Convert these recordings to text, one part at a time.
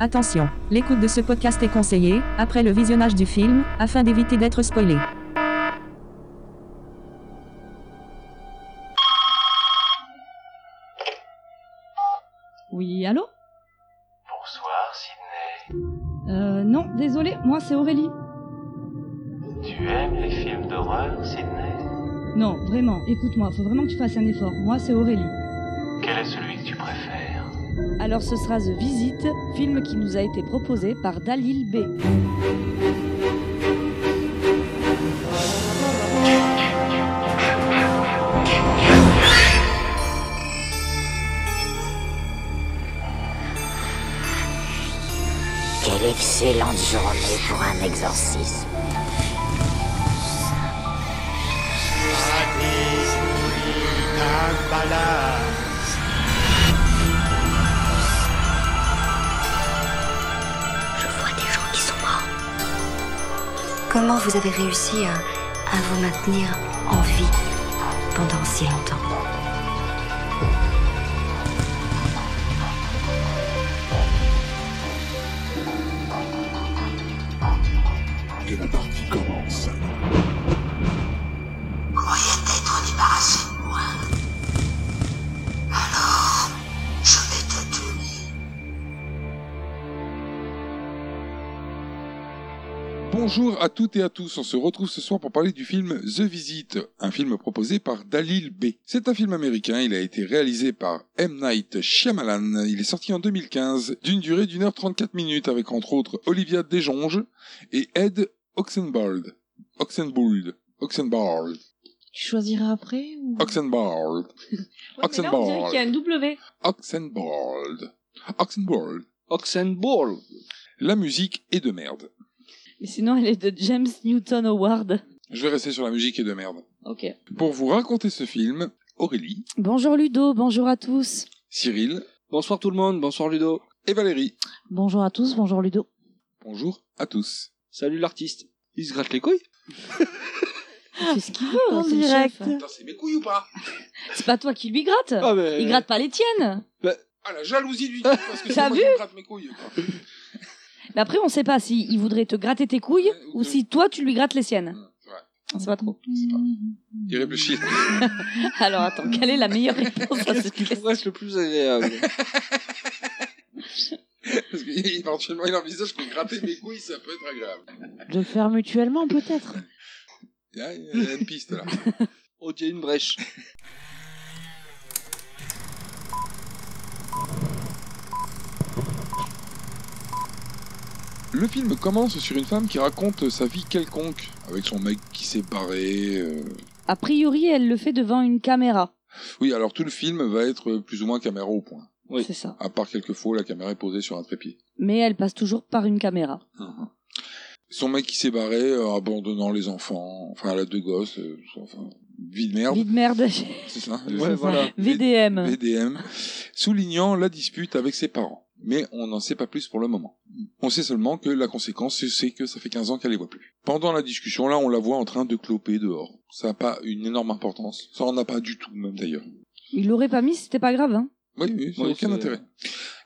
Attention, l'écoute de ce podcast est conseillée, après le visionnage du film, afin d'éviter d'être spoilé. Oui, allô Bonsoir Sydney. Euh, non, désolé, moi c'est Aurélie. Tu aimes les films d'horreur Sydney Non, vraiment, écoute-moi, faut vraiment que tu fasses un effort. Moi c'est Aurélie. Quel est celui que tu préfères Alors ce sera The Visit, film qui nous a été proposé par Dalil B. Quelle excellente journée pour un exorcisme. Je vois des gens qui sont morts. Comment vous avez réussi à, à vous maintenir en vie pendant si longtemps Et la partie commence. Croyez t'être débarrassé de moi. Alors, je vais te tuer. Bonjour à toutes et à tous, on se retrouve ce soir pour parler du film The Visit, un film proposé par Dalil B. C'est un film américain, il a été réalisé par M. Night Shyamalan, il est sorti en 2015, d'une durée d'une heure 34 minutes avec entre autres Olivia Desjonges et Ed Oxenbould. Oxenbould. Oxenbould. Tu choisiras après ou... Oxenbould. là, on dirait qu'il y a euh, un W. Oxenbould. Oxenbold. Oxenball. La musique est de merde. Mais sinon, elle est de James Newton Howard. Je vais rester sur la musique est de merde. Ok. Pour vous raconter ce film, Aurélie, Bonjour Ludo, bonjour à tous. Cyril Bonsoir tout le monde, bonsoir Ludo. et Valérie. Bonjour à tous, bonjour Ludo. Bonjour à tous. Salut l'artiste. Il se gratte les couilles C'est ce qu'il veut, En hein, c'est le direct. chef. Putain, c'est mes couilles ou pas C'est pas toi qui lui gratte. Ah mais... Il gratte pas les tiennes. Ah, la jalousie du type, parce que T'as c'est moi vu qui me gratte mes couilles. Mais après, on sait pas si il voudrait te gratter tes couilles ou si toi tu lui grattes les siennes. Ouais, On sait pas trop. c'est pas... Il réfléchit. Alors attends, quelle est la meilleure réponse à Qu'est-ce cette qui question pourrait être le plus agréable Parce qu'éventuellement, il envisage que gratter mes couilles, ça peut être agréable. De le faire mutuellement, peut-être. Il y a- il y a une piste, là. Oh, il y a une brèche. Le film commence sur une femme qui raconte sa vie quelconque, avec son mec qui s'est barré. euh. A priori, elle le fait devant une caméra. Oui, alors tout le film va être plus ou moins caméra au point. Oui. C'est ça. À part quelques fois, la caméra est posée sur un trépied. Mais elle passe toujours par une caméra. Mhm. Son mec qui s'est barré, euh, abandonnant les enfants, enfin, elle a deux gosses, euh, enfin, vie de merde, Vie de merde. c'est ça Ouais, voilà. VDM. VDM, soulignant la dispute avec ses parents. Mais on n'en sait pas plus pour le moment. On sait seulement que la conséquence, c'est que ça fait 15 ans qu'elle les voit plus. Pendant la discussion, là, on la voit en train de cloper dehors. Ça n'a pas une énorme importance. Ça en a pas du tout, même d'ailleurs. Il l'aurait pas mis, c'était pas grave. Hein. Oui, oui, ça n'a Oui, aucun c'est- intérêt.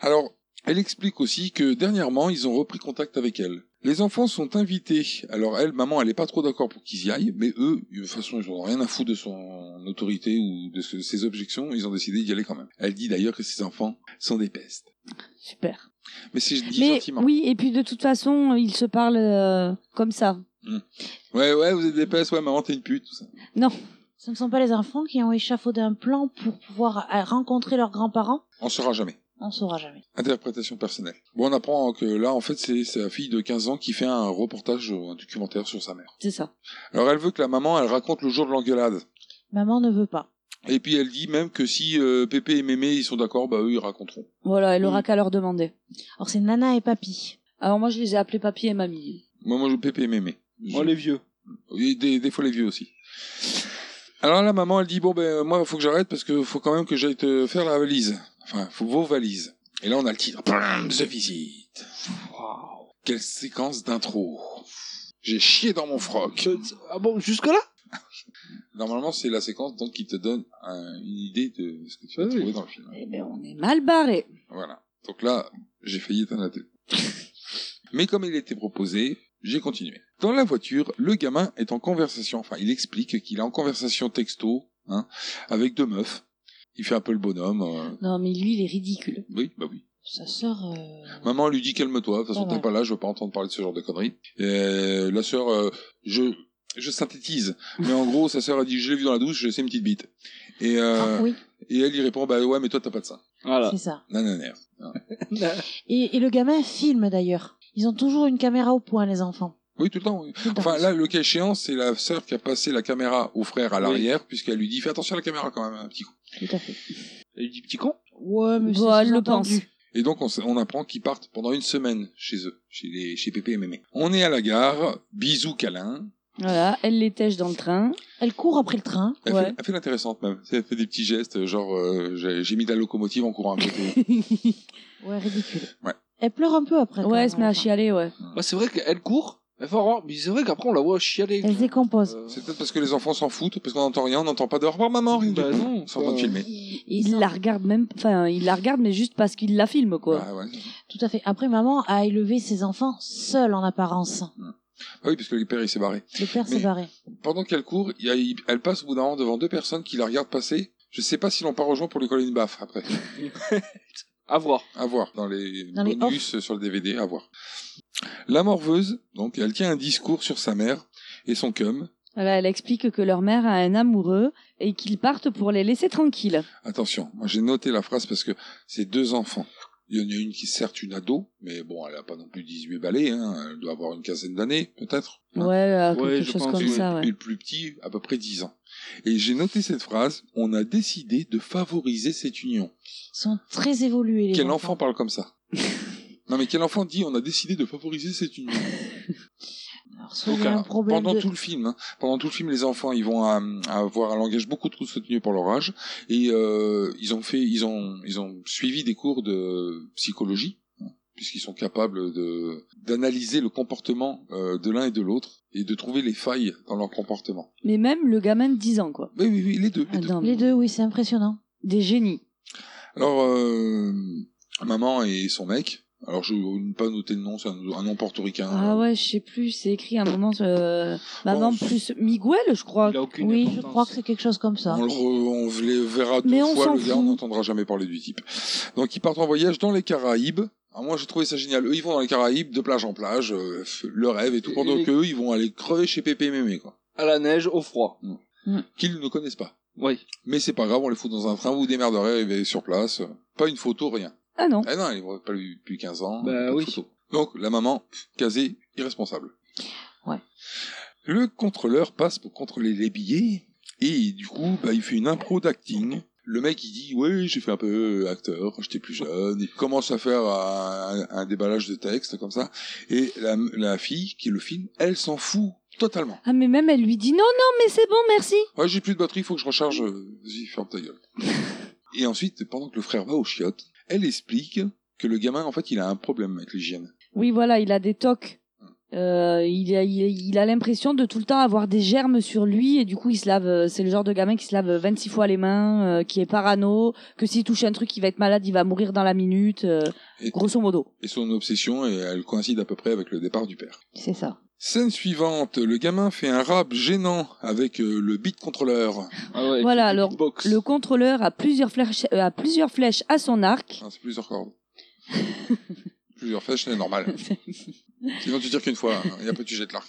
Alors, elle explique aussi que dernièrement, ils ont repris contact avec elle. Les enfants sont invités. Alors elle, maman, elle est pas trop d'accord pour qu'ils y aillent, mais eux, de toute façon, ils ont rien à foutre de son autorité ou de ce- ses objections. Ils ont décidé d'y aller quand même. Elle dit d'ailleurs que ses enfants sont des pestes. Super. Mais si je dis Mais gentiment. oui, et puis de toute façon, ils se parlent euh, comme ça. Ouais, ouais, vous êtes des pestes, ouais, maman, t'es une pute, tout ça. Ce ne sont pas les enfants qui ont échafaudé un plan pour pouvoir euh, rencontrer leurs grands-parents On saura jamais. On saura jamais. Interprétation personnelle. Bon, on apprend que là, en fait, c'est sa fille de 15 ans qui fait un reportage, euh, un documentaire sur sa mère. C'est ça. Alors elle veut que la maman, elle raconte le jour de l'engueulade. Maman ne veut pas. Et puis elle dit même que si euh, Pépé et Mémé, ils sont d'accord, bah eux, ils raconteront. Voilà, elle aura Oui. qu'à leur demander. Or, c'est Nana et Papy. Alors moi, je les ai appelés papy et mamie. Moi, moi, je Pépé et Mémé. Oh, les vieux. Et des, des fois les vieux aussi. Alors la maman, elle dit bon ben moi faut que j'arrête parce que faut quand même que j'aille te faire la valise. Enfin, faut vos valises. Et là on a le titre. Bam, The Visite. Quelle séquence d'intro. J'ai chié dans mon froc. Je- Ah bon, jusque-là Normalement c'est la séquence donc qui te donne un- une idée de ce que tu vas Oui. trouver dans le film. Eh ben, on est mal barré. Voilà. Donc là j'ai failli éteindre la télé. Mais comme il était proposé, j'ai continué. Dans la voiture, le gamin est en conversation, enfin il explique qu'il est en conversation texto hein, avec deux meufs. Il fait un peu le bonhomme. euh, Non, mais lui, il est ridicule. Oui, bah oui. Sa sœur. euh, Maman lui dit calme-toi, de toute façon Pas t'es mal. pas là, je veux pas entendre parler de ce genre de conneries. Euh, la sœur, euh, je, je synthétise, mais en gros sa sœur a dit je l'ai vu dans la douche, c'est une petite bite. Et, euh, ah, oui, et elle lui répond bah ouais mais toi t'as pas de ça. Voilà. Ah. c'est ça. Nanana. Et, et le gamin filme d'ailleurs. Ils ont toujours une caméra au point, les enfants. Oui tout le temps. oui. Tout le temps. Enfin là le cas échéant c'est la sœur qui a passé la caméra au frère à l'arrière puisqu'elle lui dit fais attention à la caméra quand même un petit coup. Tout à fait. Elle lui dit petit con. Ouais, mais Bon, c'est elle le pense. sous-entendu. Et donc, on, s- on apprend qu'ils partent pendant une semaine chez eux, chez, les, chez Pépé et Mémé. On est à la gare, bisous câlin. Voilà, elle les tèche dans le train. Elle court après le train. Elle, Ouais. fait, elle fait l'intéressante même. Elle fait des petits gestes, genre euh, j'ai j'ai mis de la locomotive en courant à côté. Ouais, ridicule. Ouais. Elle pleure un peu après. quand Ouais, même, elle se met à enfin. chialer, ouais. Bah, c'est vrai qu'elle court. Elle fait au revoir. Mais c'est vrai qu'après, on la voit chialer. Elle se décompose. Euh, C'est peut-être parce que les enfants s'en foutent, parce qu'on n'entend rien, on n'entend pas de au revoir maman, rien du Bah tout. non, Ils sont en train de quoi. filmer. Il la regarde même, enfin, il la regarde, mais juste parce qu'il la filme, quoi. Ah, ouais. Tout à fait. Après, maman a élevé ses enfants seule en apparence. Ah oui, parce que le père il s'est barré. Le père s'est Mais- barré. Pendant qu'elle court, il y a- il- elle passe au bout d'un moment devant deux personnes qui la regardent passer. Je sais pas si l'on part rejoint pour lui coller une baffe après. À voir. À voir dans les Dans les bonus sur le DVD, à voir. La morveuse, donc, elle tient un discours sur sa mère et son cum. Voilà, elle explique que leur mère a un amoureux et qu'ils partent pour les laisser tranquilles. Attention, moi j'ai noté la phrase parce que c'est deux enfants. Il y en a une qui est certes une ado, mais bon, elle a pas non plus 18 balais, hein, elle doit avoir une quinzaine d'années, peut-être. hein. Ouais, euh, Ouais, quelque je chose pense, comme oui. ça, Et ouais. le plus petit, à peu près 10 ans. Et j'ai noté cette phrase, on a décidé de favoriser cette union. Ils sont très évolués, les Quel enfants. enfant parle comme ça Non mais quel enfant dit on a décidé de favoriser cette union Alors, soit Donc, il y a un alors, problème pendant de- tout le film, hein, pendant tout le film, les enfants, ils vont euh, avoir un langage beaucoup trop soutenu pour leur âge, et euh, ils ont fait, ils ont, ils ont suivi des cours de psychologie, hein, puisqu'ils sont capables de d'analyser le comportement euh, de l'un et de l'autre et de trouver les failles dans leur comportement. Mais même le gamin de 10 ans, quoi. Oui, oui, oui, les deux. les Ah, deux. non, Les mais deux, oui, c'est impressionnant. Des génies. Alors, euh, maman et son mec. Alors, je n'ai pas noté le nom, c'est un, un nom portoricain. Ah ouais, je sais plus, c'est écrit à un moment, euh, maman Bon, c'est- plus Miguel, je crois. Il a aucune Oui, je importance. crois que c'est quelque chose comme ça. On, le re- on v- les verra deux Mais on fois, s'en le gars, fout. on n'entendra jamais parler du type. Donc ils partent en voyage dans les Caraïbes. Alors, moi j'ai trouvé ça génial. Eux ils vont dans les Caraïbes, de plage en plage, euh, f- le rêve et tout, Et- pendant et- que eux ils vont aller crever chez Pépé et Mémé, quoi. Mm. À la neige, au froid. Mm. Qu'ils ne connaissent pas. Oui. Mais c'est pas grave, on les fout dans un train, vous vous démerderez, arrivez sur place. Pas une photo, rien. Ah non. Ah non, ils vont pas lui- depuis 15 ans. Bah pas de oui. photo. Donc la maman, pff, casée, irresponsable. Ouais. Le contrôleur passe pour contrôler les billets et du coup, bah, il fait une impro d'acting. Le mec, il dit oui, j'ai fait un peu acteur, quand j'étais plus jeune. Il commence à faire un, un déballage de texte comme ça. Et la, la fille qui est le film, elle s'en fout totalement. Ah mais même elle lui dit non, non, mais c'est bon, merci. Ouais, j'ai plus de batterie, faut que je recharge. euh, Vas-y, ferme ta gueule. Et ensuite, pendant que le frère va aux chiottes, elle explique que le gamin, en fait, il a un problème avec l'hygiène. Oui, voilà, il a des tocs. Euh, il a il a- il a l'impression de tout le temps avoir des germes sur lui et du coup il se lave euh, c'est le genre de gamin qui se lave 26 fois les mains euh, qui est parano que s'il touche un truc il va être malade il va mourir dans la minute euh, Et, grosso modo et son obsession, et elle coïncide à peu près avec le départ du père. c'est ça Scène suivante, le gamin fait un rap gênant avec euh, le beat contrôleur. Ah ouais, Voilà, puis le alors, beatbox. le contrôleur a plusieurs flèches euh, a plusieurs flèches à son arc Ah, c'est plusieurs cordes. plusieurs flèches, c'est normal. Sinon, tu tires qu'une fois, hein, et après tu jettes l'arc.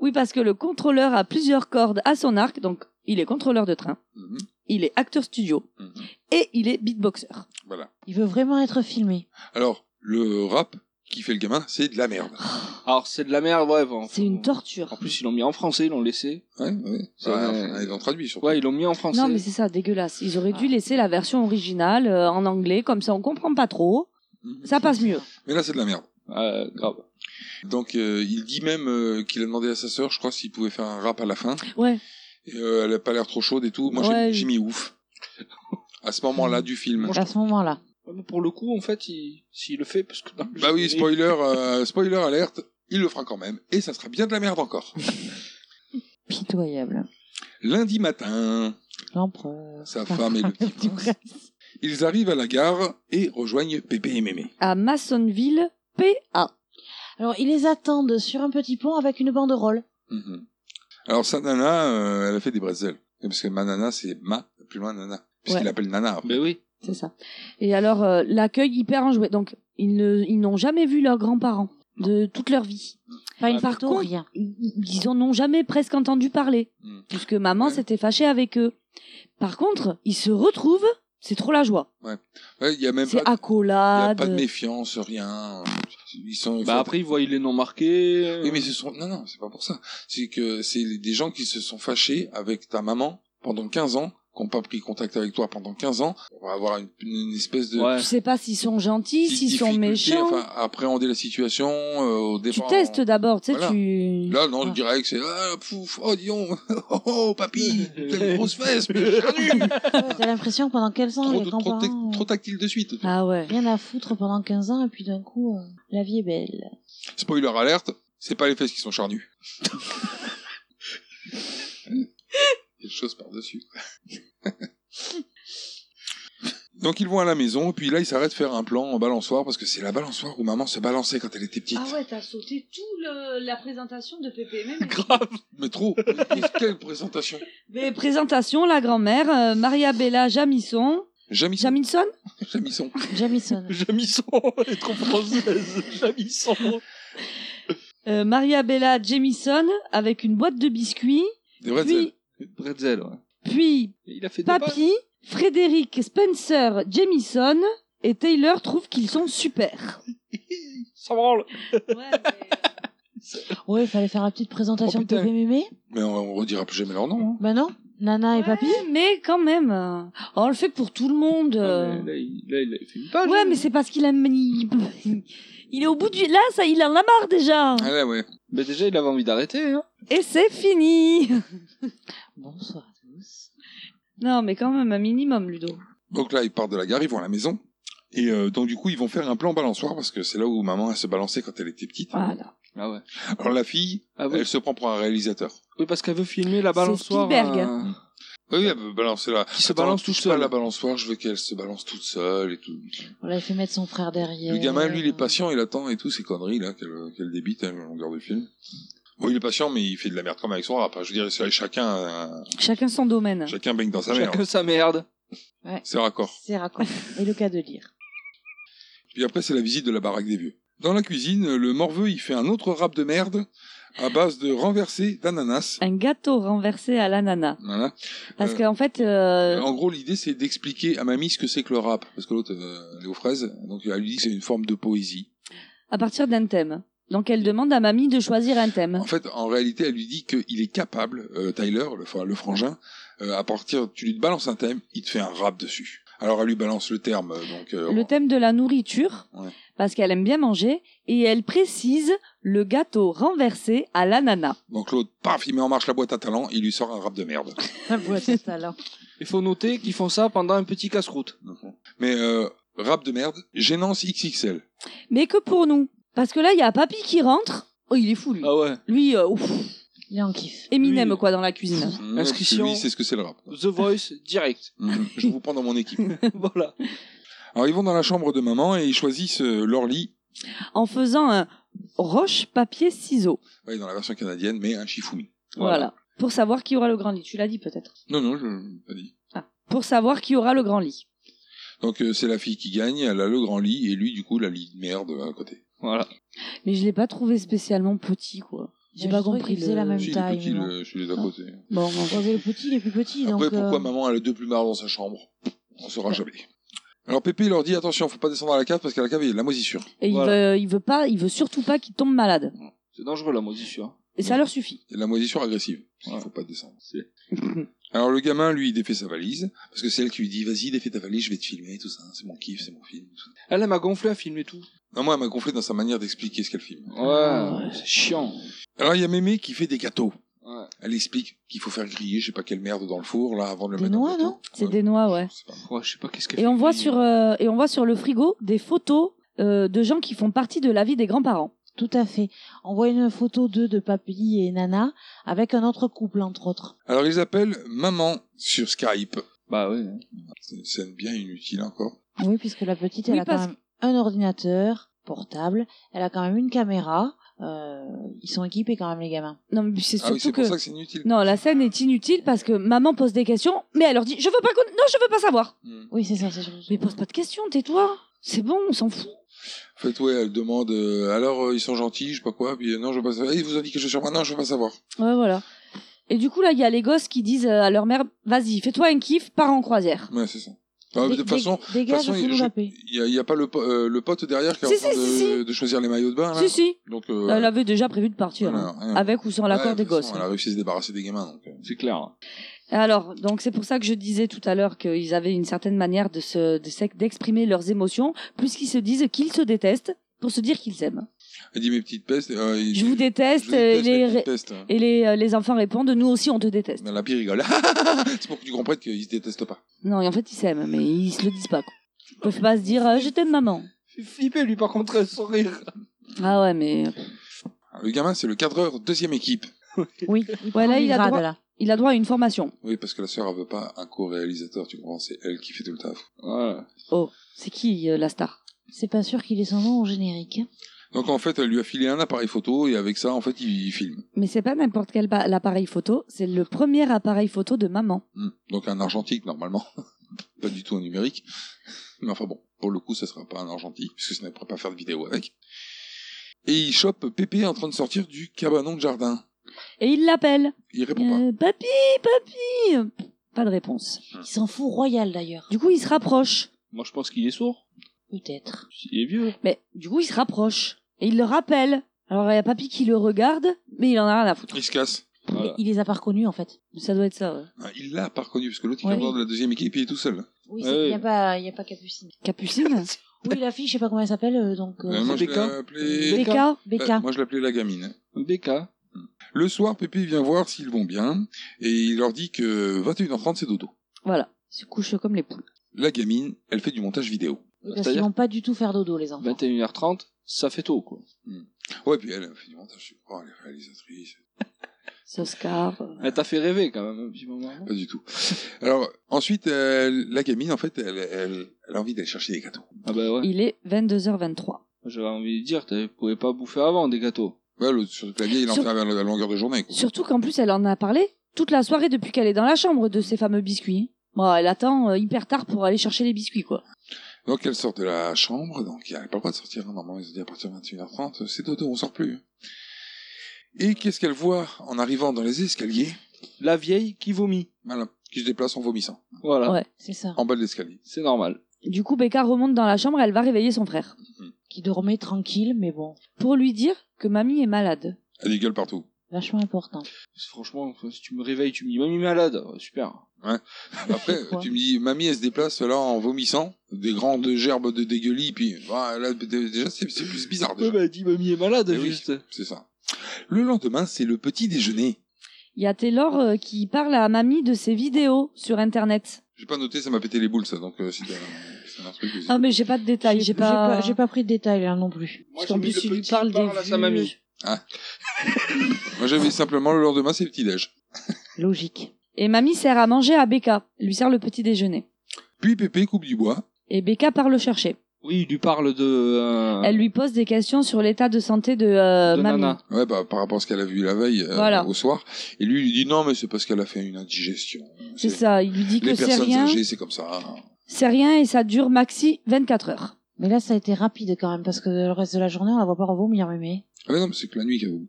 oui parce que le contrôleur a plusieurs cordes à son arc donc il est contrôleur de train Mhm, il est acteur studio mhm, et il est beatboxer Voilà. Il veut vraiment être filmé. Alors, le rap qui fait le gamin, c'est de la merde. Alors, c'est de la merde, ouais. bon. Oh. c'est une En torture plus, ils l'ont mis en français, ils l'ont laissé. Ouais, ouais. C'est Bah, vrai. enfin, ils l'ont traduit surtout. Ouais, ils l'ont mis en français. non mais c'est ça dégueulasse ils auraient Ah. dû laisser la version originale euh, en anglais comme ça on comprend pas trop Mhm. ça passe mieux Mais là, c'est de la merde. Euh, grave. Donc euh, il dit même euh, qu'il a demandé à sa sœur, je crois, s'il pouvait faire un rap à la fin. ouais Et, euh, elle a pas l'air trop chaude et tout. Moi, j'ai- Ouais. j'ai mis ouf. À ce moment-là du film. Moi, je- À ce moment-là. Ouais, mais pour le coup, en fait, il, s'il le fait, parce que. non, Bah oui, spoiler, euh, spoiler alerte, il le fera quand même. Et ça sera bien de la merde encore. Pitoyable. Lundi matin, L'empereur. sa femme et le petit prince. Ils arrivent à la gare et rejoignent Pépé et Mémé. À Massonville, PA. Alors, ils les attendent sur un petit pont avec une banderole. Mhm. Alors, sa nana, euh, elle a fait des bretzels. Parce que ma nana, c'est ma, plus loin nana. Puisqu'il Ouais. appelle nana. après. Ben oui. C'est ça. Et alors, euh, l'accueil hyper enjoué. Donc, ils ne, ils n'ont jamais vu leurs grands-parents de toute leur vie. Pas une Bah, Ah, par photo, contre- rien. Ils ils en ont jamais presque entendu parler, Mhm. puisque maman Ouais. s'était fâchée avec eux. Par contre, ils se retrouvent, c'est trop la joie. Ouais, Il y a même pas, de- C'est il Bah, y a accolade. euh, pas de méfiance, rien. Ils sont. Bah après, ils voient les noms marqués. euh. Oui, mais ce sont. Non, non, c'est pas pour ça. C'est que c'est les- des gens qui se sont fâchés avec ta maman pendant 15 ans, qui n'ont pas pris contact avec toi pendant 15 ans. On va avoir une, une espèce de. Ouais. Tu sais pas s'ils sont gentils, difficulté s'ils sont méchants. Enfin, à appréhender la situation euh, au tu départ. testes d'abord, tu sais, Voilà. tu. Là, non, le Ah. direct, c'est ah, pouf, oh, dis donc, oh, oh, papy, t'as une grosse fesse, mais je suis nu. Ouais, T'as l'impression que pendant 15 ans, trop, les trop, grands-parents... euh, tac- trop tactile de suite. Ah ouais. Rien à foutre pendant 15 ans, et puis d'un coup, euh, la vie est belle. Spoiler alerte, c'est pas les fesses qui sont charnues. Quelque chose par-dessus. Donc ils vont à la maison, et puis là ils s'arrêtent faire un plan en balançoire, parce que c'est la balançoire où maman se balançait quand elle était petite. ouais, t'as sauté toute la présentation de PPM. Grave. Mais trop Quelle présentation Mais présentation, la grand-mère, euh, Maria Bella Jamison. Jamison. Jamison Jamison. Jamison. Jamison. Elle est trop française. Jamison. Euh, Maria Bella Jamison avec une boîte de biscuits. Des vrais Puis, Bretzel, ouais. puis Il a fait des pas. Papy, Frédéric Spencer Jamison et Taylor trouvent qu'ils sont super. Ça branle. Ouais, il fallait faire la petite présentation Oh, de putain. Pépé Mémé. Mais on, on redira plus jamais leur nom. hein. Bah non, Nana et Papy. Mais quand même, euh, on le fait pour tout le monde. euh. Ah, mais Là, il là, il a fait une page. Ouais, mais c'est parce qu'il aime. Il, il est au bout du. Là, ça, il en a marre déjà. Ah là, ouais. Mais déjà, il avait envie d'arrêter. Hein. Et c'est fini. Bonsoir à tous. Non, mais quand même, un minimum, Ludo. Donc là, ils partent de la gare, ils vont à la maison. Et euh, donc, du coup, ils vont faire un plan balançoire parce que c'est là où maman elle se balançait quand elle était petite. Voilà. Ah ouais. Alors, la fille, Ah oui. elle se prend pour un réalisateur. Oui, parce qu'elle veut filmer la balançoire. Spielberg. euh, Oui, oui, elle peut balancer la. Qui se Attends, balance tout touche pas seul. la balançoire, je veux qu'elle se balance toute seule et tout. On l'avait fait mettre son frère derrière. Le gamin, lui, il est patient, il attend et tout, ces conneries là qu'elle qu'elle débite à la longueur de film. Bon, il est patient, mais il fait de la merde comme avec son rap. hein. Je veux dire, c'est- chacun, euh, Chacun son domaine. chacun baigne dans sa merde. Chacun sa merde. C'est raccord. C'est raccord. Et le cas de lire. Puis après, c'est la visite de la baraque des vieux. Dans la cuisine, le morveux, il fait un autre rap de merde à base de renversé d'ananas. Un gâteau renversé à l'ananas. Voilà. Parce Euh, qu'en fait, euh, En gros, l'idée, c'est d'expliquer à mamie ce que c'est que le rap. Parce que l'autre, euh, elle est aux fraises. Donc, elle lui dit que c'est une forme de poésie. à partir d'un thème. Donc elle demande à mamie de choisir un thème. En fait, en réalité, elle lui dit qu'il est capable, euh, Tyler, le, fra- le frangin, euh, à partir, tu lui balances un thème, il te fait un rap dessus. Alors, elle lui balance le terme, euh, donc, euh, Le thème de la nourriture, Ouais. parce qu'elle aime bien manger, et elle précise le gâteau renversé à l'ananas. donc l'autre, paf, il met en marche la boîte à talent, il lui sort un rap de merde. La boîte à talent. Il faut noter qu'ils font ça pendant un petit casse-croûte. Mais, euh, rap de merde, gênance XXL. Mais que pour nous. Parce que là, il y a papy qui rentre. Oh, il est fou, lui. Ah ouais. Lui, euh, ouf, Il est en kiff. Eminem, Lui- quoi, dans la cuisine. Mmh, Inscription. Lui, c'est ce que c'est le rap. The Voice direct. Mhm. Je vous prends dans mon équipe. voilà. Alors, ils vont dans la chambre de maman et ils choisissent euh, leur lit. en faisant un roche, papier, ciseaux. Ouais, dans la version canadienne, mais un Shifumi. Voilà. Pour savoir qui aura le grand lit. Tu l'as dit peut-être. Non, non, je l'ai pas dit. Pour savoir qui aura le grand lit. Donc, euh, c'est la fille qui gagne, elle a le grand lit, et lui, du coup, la lit de merde euh, à côté. Voilà. Mais je l'ai pas trouvé spécialement petit, quoi. J'ai Mais pas Bah, je trouvais compris. qu'il faisait la même Euh, Si, il est taille, petit, mais bon. le- celui d'à côté. Bon, bon. Ouais, mais le petit, il est plus petit, donc... Après, pourquoi euh, maman, elle a deux plumards dans sa chambre On saura jamais. Alors, Pépé leur dit, attention, faut pas descendre à la cave, parce qu'à la cave, il y a de la moisissure. Et Voilà. il veut, il veut pas, il veut surtout pas qu'il tombe malade. C'est dangereux la moisissure. Et ça leur suffit. Il y a de la moisissure agressive. Il Ouais. faut pas descendre. Alors, le gamin, lui, il défait sa valise, parce que c'est elle qui lui dit, vas-y, défais ta valise, je vais te filmer, tout ça. C'est mon kiff, c'est mon film. tout ça. Elle, elle m'a gonflé à filmer tout. Non, moi, elle m'a gonflé dans sa manière d'expliquer ce qu'elle filme. Ouais, Ah, c'est chiant. Alors, il y a Mémé qui fait des gâteaux. Ouais. Elle explique qu'il faut faire griller, je sais pas quelle merde dans le four, là, avant de le Des mettre noix, en gâteau. non C'est Ouais, des noix, ouais. je sais pas. Ouais, je sais pas qu'est-ce qu'elle Et fait on voit lui. sur euh, et on voit sur le frigo des photos euh, de gens qui font partie de la vie des grands-parents. Tout à fait. On voit une photo d'eux, de Papy et Nana, avec un autre couple, entre autres. Alors, ils appellent maman sur Skype. Bah oui. hein. C'est une scène bien inutile encore. Oui, puisque la petite, elle Oui, a parce quand même un ordinateur portable, elle a quand même une caméra. euh, ils sont équipés quand même, les gamins. Non, mais c'est Ah surtout oui, c'est que... pour ça que c'est inutile. Non, la scène est inutile parce que maman pose des questions, mais elle leur dit Je veux pas con- Non, je veux pas savoir. Hmm. Oui, c'est ça, c'est surtout ça. Mais pose pas de questions, tais-toi. C'est bon, on s'en fout. En fait, ouais, elle demande euh, alors euh, ils sont gentils, je sais pas quoi, puis euh, non, je veux pas savoir. Eh, Ils vous ont dit quelque chose sur moi, non, je veux pas savoir. Ouais, voilà. Et du coup, là, il y a les gosses qui disent euh, à leur mère Vas-y, fais-toi un kiff, pars en croisière. Ouais, c'est ça. Ah, Dé- de toute façon, dé- dégage, façon, faut nous je- laper. il n'y a, pas le, po- euh, le pote derrière qui est Si, en train si, de, si, si. de choisir les maillots de bain. Là. Si, si. Donc, euh, Elle avait déjà prévu de partir, voilà, hein, rien. avec ou sans Ouais, l'accord de des toute gosses. façon, Elle a réussi à se débarrasser des gamins. Donc, euh. C'est clair. Alors, donc c'est pour ça que je disais tout à l'heure qu'ils avaient une certaine manière de se, de s'ex- d'exprimer leurs émotions, puisqu'ils se disent qu'ils se détestent pour se dire qu'ils s'aiment. Elle dit mes petites pestes. euh, il- Je vous déteste, je vous déteste, et, mes les, petites pestes. et les, euh, les enfants répondent nous aussi on te déteste. Mais la pire rigole. c'est pour que tu comprennes qu'ils se détestent pas. Non, et en fait ils s'aiment, mais ils se le disent pas. Quoi. Ils peuvent pas se dire euh, je t'aime maman. Fait flipper, lui, par contre, son rire. Ah ouais, mais Alors, le gamin, c'est le cadreur deuxième équipe. Oui, il prend là, des il a grades, droit- là. il a droit à une formation. Oui, parce que la sœur, elle veut pas un co-réalisateur, tu comprends C'est elle qui fait tout le taf. Ouais. Oh, c'est qui euh, la star C'est pas sûr qu'il ait son nom au générique. Donc, en fait, elle lui a filé un appareil photo et avec ça, en fait, il, il filme. Mais c'est pas n'importe quel ba- l'appareil photo, c'est le premier appareil photo de maman. Hmm. Donc, un argentique, normalement. pas du tout un numérique. Mais enfin bon, pour le coup, ça sera pas un argentique, puisque ça ne pourrait pas faire de vidéo avec. Et il chope Pépé en train de sortir du cabanon de jardin. Et il l'appelle. Il répond pas. Euh, papi, papi. Pas de réponse. Il s'en fout royal, d'ailleurs. Du coup, il se rapproche. Moi, je pense qu'il est sourd. Peut-être. Il est vieux. Mais du coup, il se rapproche. Et il le rappelle. Alors, il y a papy qui le regarde, mais il en a rien à foutre. Il se casse. Voilà. Il les a pas reconnus, en fait. Ça doit être ça, ouais. Ah, Il l'a pas reconnu, parce que l'autre, il Ouais, est en dehors oui. de la deuxième équipe, il est tout seul. Oui, Ah oui. il n'y a, pas- y a pas Capucine. Capucine Oui, la fille, je sais pas comment elle s'appelle, euh, donc... euh, Euh, moi, je l'ai Becca appelé... Becca Bah, Becca. moi, je l'appelais la gamine. Hmm. Becca. Le soir, Pépé vient voir s'ils vont bien et il leur dit que 21h30 c'est dodo. Voilà. Il se couche comme les poules. La gamine, elle fait du montage vidéo. Oui, parce qu'ils C'est-à-dire vont pas du tout faire dodo, les enfants. 21h30, ça fait tôt, quoi. Hmm. Ouais, puis elle, elle fait du montage, je crois, elle est réalisatrice. C'est Oscar. euh. Elle t'a fait rêver, quand même, hein, un petit moment. Pas du tout. Alors, ensuite, euh, la gamine, en fait, elle, elle, elle a envie d'aller chercher des gâteaux. Ah bah ouais. Il est 22h23. J'avais envie de dire, tu pouvais pas bouffer avant des gâteaux. Ouais, le, sur le clavier, il en Sur- fait à la longueur de journée. Quoi. Surtout qu'en plus, elle en a parlé toute la soirée depuis qu'elle est dans la chambre de ces fameux biscuits. Bon, elle attend euh, hyper tard pour aller chercher les biscuits, quoi. Donc, elle sort de la chambre, donc elle n'a pas le droit de sortir. hein. Normalement, ils ont dit à partir de 21h30, c'est dodo, on sort plus. Et qu'est-ce qu'elle voit en arrivant dans les escaliers La vieille qui vomit. Voilà, qui se déplace en vomissant, Voilà. Ouais. C'est ça. en bas de l'escalier. C'est normal. Du coup, Becca remonte dans la chambre, elle va réveiller son frère. Mhm. Qui dormait tranquille, mais bon, Pour lui dire que mamie est malade. Elle dégueule partout. vachement important. Franchement, si tu me réveilles, tu me dis, mamie malade. Ouais, Super. Après, Pourquoi tu me dis, mamie, elle se déplace là en vomissant, des grandes gerbes de dégueulis, puis bah, là, d- déjà, c'est c'est plus bizarre déjà. Ouais, bah, dis, mamie est malade, Eh oui. juste. C'est ça. Le lendemain, c'est le petit déjeuner. Il y a Taylor euh, qui parle à mamie de ses vidéos sur internet. J'ai pas noté, ça m'a pété les boules, ça, donc euh, c'était un- c'est un truc. Ah mais j'ai pas de détails, j'ai pas. j'ai pas pris de détails, là, non plus. Moi, Parce j'ai qu'en mis plus, le il lui petit parle des parle à sa vues. mamie. Ah. Moi, j'avais simplement le lendemain, c'est le petit-déj. Logique. Et mamie sert à manger à Becca, lui sert le petit déjeuner. Puis Pépé coupe du bois. Et Becca part le chercher. Oui, il lui parle de. Hein euh, Elle lui pose des questions sur l'état de santé de, euh, de mamie. Nana. Ouais, bah, par rapport à ce qu'elle a vu la veille euh, Voilà. au soir. Et lui, il lui dit non, mais c'est parce qu'elle a fait une indigestion. C'est ça, il lui dit Les que c'est personnes rien, âgées, c'est comme ça. Ah, c'est rien et ça dure maxi 24 heures. Mais là, ça a été rapide quand même, parce que le reste de la journée, on la voit pas vomir, mémé. Ah, mais non, mais c'est que la nuit qu'il y a eu.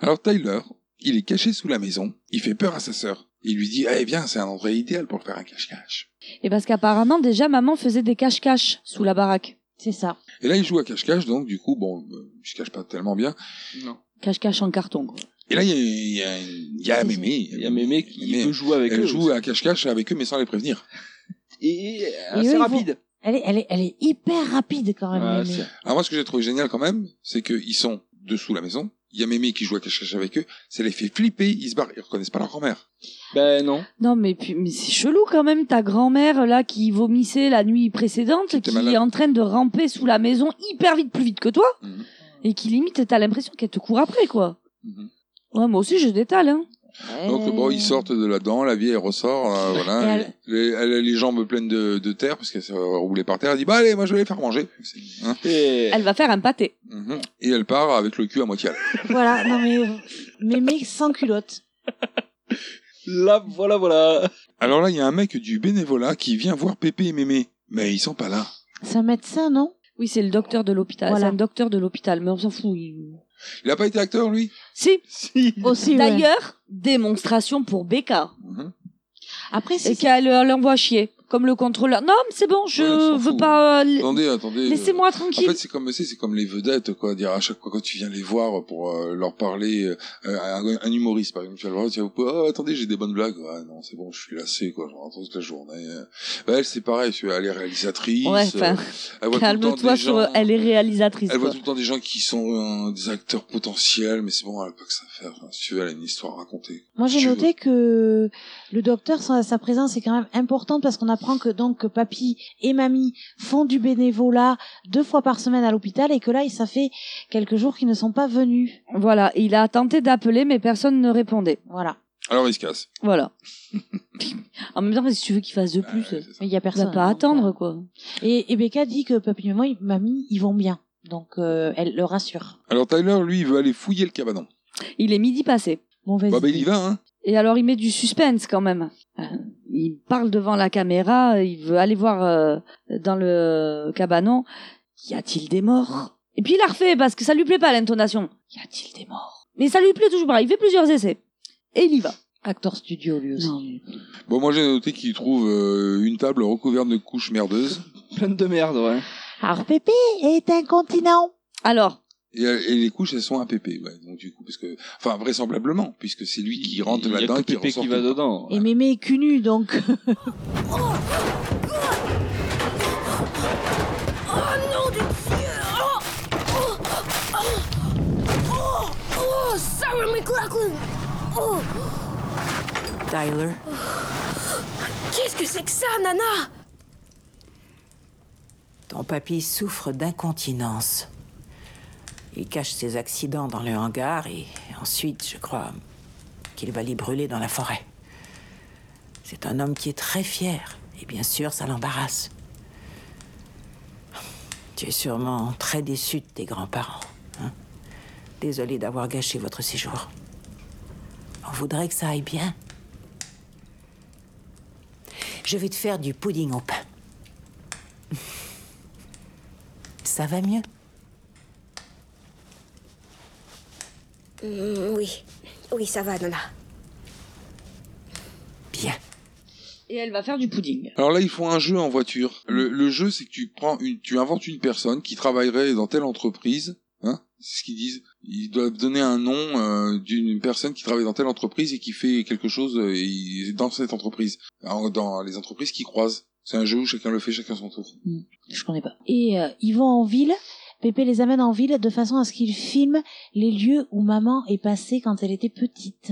Alors Tyler, il est caché sous la maison, il fait peur à sa sœur. Il lui dit, eh bien, c'est un endroit idéal pour faire un cache-cache. Et parce qu'apparemment déjà maman faisait des cache-cache sous la baraque. C'est ça. Et là, il joue à cache-cache, donc du coup, bon, euh, il se cache pas tellement bien. Non. Cache-cache en carton. quoi. Et là, il y a, il y a, il y a Mémé. Il y a Mémé qui Mémé. peut jouer avec Elle eux. joue à cache-cache avec eux, mais sans les prévenir. Et, et- eux, assez ils Ah, rapide. Elle est, elle est, elle est hyper rapide quand même, Ouais, mémé. c'est- Alors moi, ce que j'ai trouvé génial quand même, c'est qu'ils sont dessous la maison. Il y a Mémé qui joue à cache-cache avec eux. Ça les fait flipper, ils se barrent, ils reconnaissent pas leur grand-mère. Ben non. Non mais puis mais c'est chelou quand même ta grand-mère là qui vomissait la nuit Qui précédente, était qui malade. est en train de ramper sous la maison hyper vite, plus vite que toi, Mhm. et qui limite t'as l'impression qu'elle te court après quoi. Mhm. Ouais moi aussi je détale hein. Donc bon, ils sortent de là-dedans, la vieille elle ressort, euh, voilà, Et elle- Les- elle... a les jambes pleines de, de terre parce qu'elle s'est roulée par terre. Elle dit bah allez, moi je vais les faire manger. C'est- hein. Elle va faire un pâté. Mhm. Et elle part avec le cul à moitié. à l'air. Voilà, non mais, mais mec sans culotte. Là, voilà, voilà. Alors là, il y a un mec du bénévolat qui vient voir Pépé et Mémé, mais ils sont pas là. C'est un médecin, non Oui, c'est le docteur de l'hôpital. Voilà. C'est un docteur de l'hôpital, mais on s'en fout. il- Il a pas été acteur lui Si. Si. Aussi, ouais. D'ailleurs, démonstration pour Becca. Mhm. Après, Et si c'est qu'elle euh, l'envoie chier. Comme le contrôleur. Non, mais c'est bon, je Ouais, elle s'en veux fout. pas. euh, la- Attendez, attendez. Laissez-moi En tranquille. fait, c'est comme c'est c'est comme les vedettes quoi, dire à chaque fois quand tu viens les voir pour euh, leur parler euh, un, un humoriste par exemple, tu vas le voir, tu vas oh, attendez, j'ai des bonnes blagues. Ouais, non, c'est bon, je suis lassé quoi, je rentre toute la journée. Bah, elle c'est pareil, tu vois, elle est réalisatrice. Ouais, enfin, euh, elle voit tout le temps calme-toi des sur. gens- Elle est réalisatrice. Elle voit quoi. tout le temps des gens qui sont euh, des acteurs potentiels, mais c'est bon, elle a pas que ça à faire. Enfin, si tu veux, elle a une histoire à raconter. Moi, j'ai Je- noté que le docteur, sa, sa présence est quand même importante parce qu'on apprend que donc que papy et mamie font du bénévolat deux fois par semaine à l'hôpital et que là, ça fait quelques jours qu'ils ne sont pas venus. Voilà, il a tenté d'appeler, mais personne ne répondait. Voilà. Alors il se casse. Voilà. en même temps, qu'est-ce que tu veux qu'il fasse de plus Bah Ouais, c'est ça. Mais il y a On va personne. pas donc, attendre, euh. quoi. Et, et Becca dit que papy et maman- mamie, ils vont bien. Donc, euh, elle le rassure. Alors Tyler, lui, il veut aller fouiller le cabanon. Il est midi passé. Bon, vas-y. Bah, bah il y va, hein. Et alors, il met du suspense quand même. Euh, Il parle devant la caméra, il veut aller voir euh, dans le cabanon. Y a-t-il des morts Et puis il la refait parce que ça lui plaît pas l'intonation. Y a-t-il des morts Mais ça lui plaît toujours pas. Il fait plusieurs essais et il y va. Acteur studio, lui aussi. Bon, moi j'ai noté qu'il trouve euh, une table recouverte de couches merdeuses. Plein de merde, ouais. Alors, Pépé est incontinent. Alors, Et, euh, et les couches, elles sont à Pépé. Ouais, donc du coup, parce que, enfin, vraisemblablement, puisque c'est lui qui rentre Il y a là-dedans que et qui Pépé ressort. qui va tout le temps. dedans. Et mémé est cul nu, donc. Oh, oh, Oh, Tyler. Qu'est-ce que c'est que ça, Nana Ton papy souffre d'incontinence. Il cache ses accidents dans le hangar et ensuite, je crois, qu'il va les brûler dans la forêt. C'est un homme qui est très fier et bien sûr, ça l'embarrasse. Tu es sûrement très déçu de tes grands-parents. hein. Désolé d'avoir gâché votre séjour. On voudrait que ça aille bien. Je vais te faire du pudding au pain. Ça va mieux mm, Oui. Oui, ça va, Nana. Bien. et elle va faire du pudding. Alors là, ils font un jeu en voiture. Le, le jeu, c'est que tu prends une, tu inventes une personne qui travaillerait dans telle entreprise, hein, c'est ce qu'ils disent. Ils doivent donner un nom euh, d'une personne qui travaille dans telle entreprise et qui fait quelque chose euh, et- dans cette entreprise, Alors, dans les entreprises qui croisent. C'est un jeu où chacun le fait, chacun son tour. Hmm. Je connais pas. Et euh, ils vont en ville. Pépé les amène en ville de façon à ce qu'ils filment les lieux où maman est passée quand elle était petite.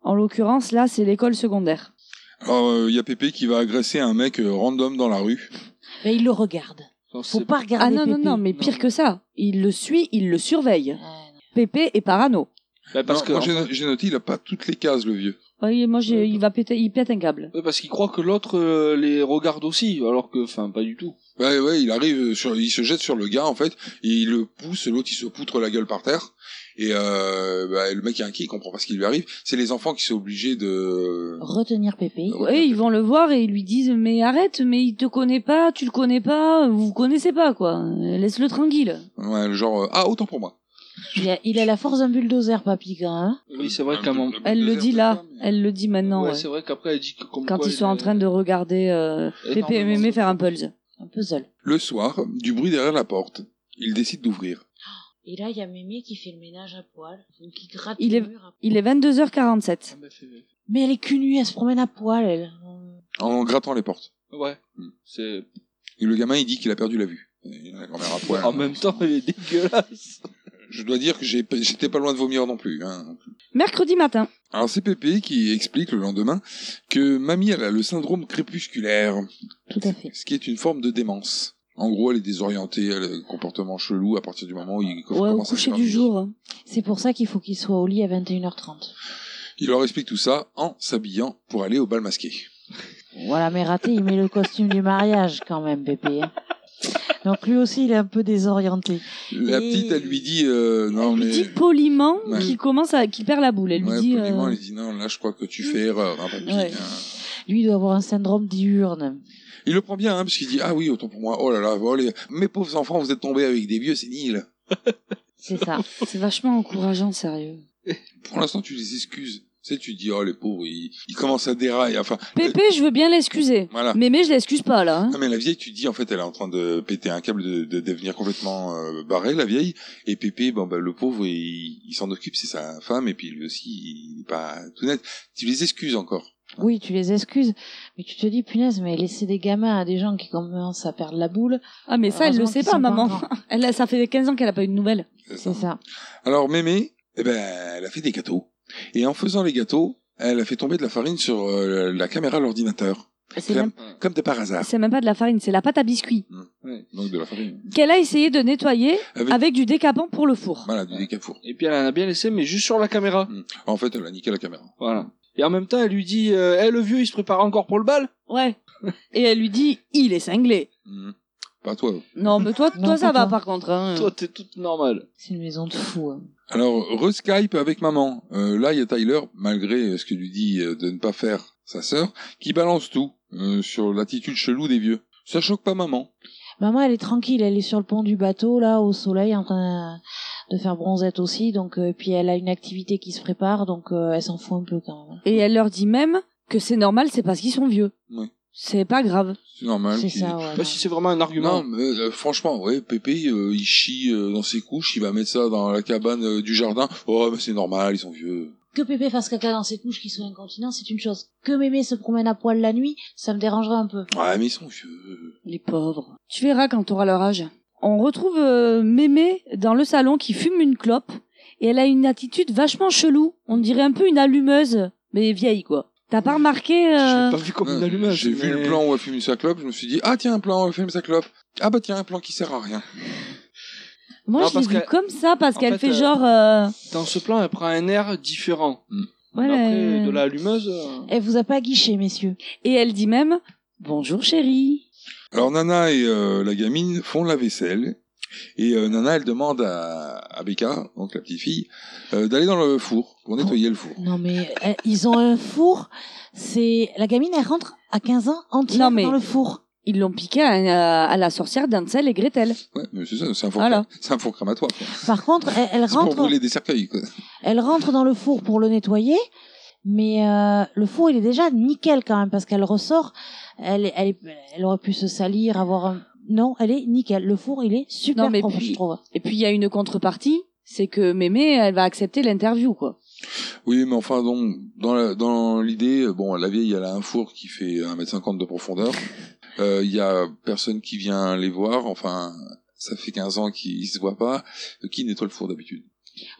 En l'occurrence, là, c'est l'école secondaire. Alors, euh, il y a Pépé qui va agresser un mec euh, random dans la rue. Mais ils le regardent. Non, Faut c'est- pas regarder Ah non, non, Pépé. non, mais pire que ça. Il le suit, il le surveille. Ah, non. Pépé est parano. Bah, parce Non, que. moi, j'ai no- j'ai noté, il a pas toutes les cases, le vieux. Oui, moi, Euh, j'ai- il va péter, il pète un câble. Ouais, parce qu'il croit que l'autre euh, les regarde aussi, alors que, enfin, pas du tout. Ouais, ouais, il arrive, euh, sur, il se jette sur le gars en fait, et il le pousse, l'autre il se poutre la gueule par terre, et euh, bah, le mec est inquiet, il comprend pas ce qui lui arrive. C'est les enfants qui sont obligés de. Retenir Pépé. Ouais, Ouais, ils vont le voir et ils lui disent mais arrête, mais il te connaît pas, tu le connais pas, vous vous connaissez pas quoi. Euh, Laisse-le tranquille. Ouais, le genre euh, ah autant pour moi. Il a, il a la force d'un bulldozer, papy, quand même. hein. Oui, c'est vrai Un qu'à peu- mon- un peu Elle le désert, dit là, peut-être, mais- elle le dit maintenant. ouais, ouais. c'est vrai qu'après, elle dit que comme Quand quoi ils elle- sont en train de regarder euh, Énormément. Pépé et Mémé faire un pulse. Un puzzle. Le soir, du bruit derrière la porte, il décide d'ouvrir. Et là, il y a Mémé qui fait le ménage à poil. Donc, qui gratte Il le est- mur. à- Il est 22h47. Ah, bah, fait- Mais elle est cul nue, elle se promène à poil, elle. En grattant les portes. Hmm. Ouais. C'est. Et le gamin il dit qu'il a perdu la vue. Et la grand-mère à poil. En même temps, elle est dégueulasse. Je dois dire que j'ai- j'étais pas loin de vomir non plus. Hein. Mercredi matin. Alors c'est Pépé qui explique le lendemain que mamie elle a le syndrome crépusculaire. Tout à fait. Ce qui est une forme de démence. En gros, elle est désorientée, elle a un comportement chelou à partir du moment où il Ouais, au commence à coucher faire du jour. C'est pour ça qu'il faut qu'il soit au lit à 21h30. Il leur explique tout ça en s'habillant pour aller au bal masqué. Voilà, mais raté, il met le costume du mariage quand même, bébé. hein. Donc lui aussi, il est un peu désorienté. La Et- petite, elle lui dit euh, non lui mais dit poliment Ouais. qu'il commence à qu'il perd la boule. Elle lui Ouais, dit. poliment, euh, elle dit non là je crois que tu fais erreur hein, papy. Ouais. Lui, il doit avoir un syndrome diurne. Il le prend bien hein, parce qu'il dit ah oui autant pour moi oh là là oh, les- mes pauvres enfants vous êtes tombés avec des vieux séniles. C'est ça. C'est vachement encourageant, sérieux. Pour l'instant tu les excuses. Tu sais tu dis oh les pauvres ils, ils commencent à dérailler enfin Pépé, je veux bien l'excuser. Voilà. Mémé, je l'excuse pas là. hein. Non mais la vieille, tu te dis en fait, elle est en train de péter un câble, de, de devenir complètement euh, barrée la vieille. Et Pépé, bon bah le pauvre, il, il s'en occupe, c'est sa femme, et puis lui aussi, il est pas tout net. Tu les excuses encore. Oui, tu les excuses, mais tu te dis, punaise, mais laisser des gamins à des gens qui commencent à perdre la boule. Ah mais ça, elle le heureusement sait qu'ils pas, sont maman. grands. Elle, a- ça fait 15 ans qu'elle a pas eu de nouvelles. C'est ça. Alors Mémé, eh ben, elle a fait des gâteaux. Et en faisant les gâteaux, elle a fait tomber de la farine sur euh, la caméra de l'ordinateur, Ah, C'est Claire. même, comme de par hasard. c'est même pas de la farine, c'est la pâte à biscuits Mm. Donc de la farine. qu'elle a essayé de nettoyer Ah Avec, avec du décapant pour le four. voilà, du décafour. Et puis elle en a bien laissé, mais juste sur la caméra. Mm. En fait, elle a niqué la caméra. Voilà. Et en même temps, elle lui dit euh, Eh, le vieux, il se prépare encore pour le bal Ouais. Et elle lui dit, il est cinglé. Mhm. Pas toi. Non, mais toi, Non, toi ça pas va toi. par contre. hein. Toi, t'es toute normale. C'est une maison de fous. hein. Alors, re-Skype avec maman. Euh, là, il y a Tyler, malgré euh, ce que lui dit euh, de ne pas faire sa sœur, qui balance tout euh, sur l'attitude chelou des vieux. Ça choque pas maman. Maman, elle est tranquille, elle est sur le pont du bateau, là, au soleil, en train de faire bronzette aussi. Donc, euh, et puis elle a une activité qui se prépare, donc euh, elle s'en fout un peu quand même. Et elle leur dit même que c'est normal, c'est parce qu'ils sont vieux. Ouais. C'est pas grave. C'est normal. C'est qu'il- ça, ouais. Bah, si c'est vraiment un Non, argument. mais, euh, franchement, ouais, Pépé, euh, il chie euh, dans ses couches, il va mettre ça dans la cabane euh, du jardin. Oh, mais c'est normal, ils sont vieux. Que Pépé fasse caca dans ses couches qui sont incontinents, c'est une chose. Que Mémé se promène à poil la nuit, ça me dérangerait un peu. Ouais, Ah, mais ils sont vieux. Les pauvres. Tu verras quand t'auras leur âge. On retrouve euh, Mémé dans le salon qui fume une clope et elle a une attitude vachement chelou. On dirait un peu une allumeuse, mais vieille quoi. T'as pas remarqué euh, Je l'ai pas vu comme une Ouais, allumage. J'ai vu mais- le plan où elle fume sa clope, je me suis dit, ah tiens, un plan où elle fume sa clope. Ah bah tiens, un plan qui sert à rien. Moi Non, je l'ai parce vu que- comme ça parce en qu'elle fait, fait, euh, genre. euh, Dans ce plan, elle prend un air différent. Mm. voilà, Après, euh, de la allumeuse. euh, Elle vous a pas guiché, messieurs. Et elle dit même bonjour chérie. Alors Nana et euh, la gamine font la vaisselle et euh, Nana elle demande à, à Becca, donc la petite fille, euh, d'aller dans le four pour nettoyer le four. Non mais euh, ils ont un four. C'est la gamine, elle rentre à 15 ans entière Non, mais- dans le four. Ils l'ont piqué à, à la sorcière d'Ansel et Gretel. Ouais, mais c'est ça, c'est un four, Voilà. c'est un four crématoire. quoi. Par contre, elle, elle C'est pour rentre, brûler des cercueils. Quoi. elle rentre dans le four pour le nettoyer. Mais euh, le four, il est déjà nickel quand même parce qu'elle ressort. Elle, est- elle, est- elle aurait pu se salir, avoir un. Non, elle est nickel. Le four, il est super Non, mais propre, puis- je trouve. Et puis il y a une contrepartie, c'est que Mémé, elle va accepter l'interview, quoi. Oui, mais enfin donc dans la- dans l'idée, euh, bon la vieille elle a un four qui fait 1m50 de profondeur. Euh, Il y a personne qui vient les voir. Enfin, ça fait 15 ans qu'ils se voient pas. Euh, Qui nettoie le four d'habitude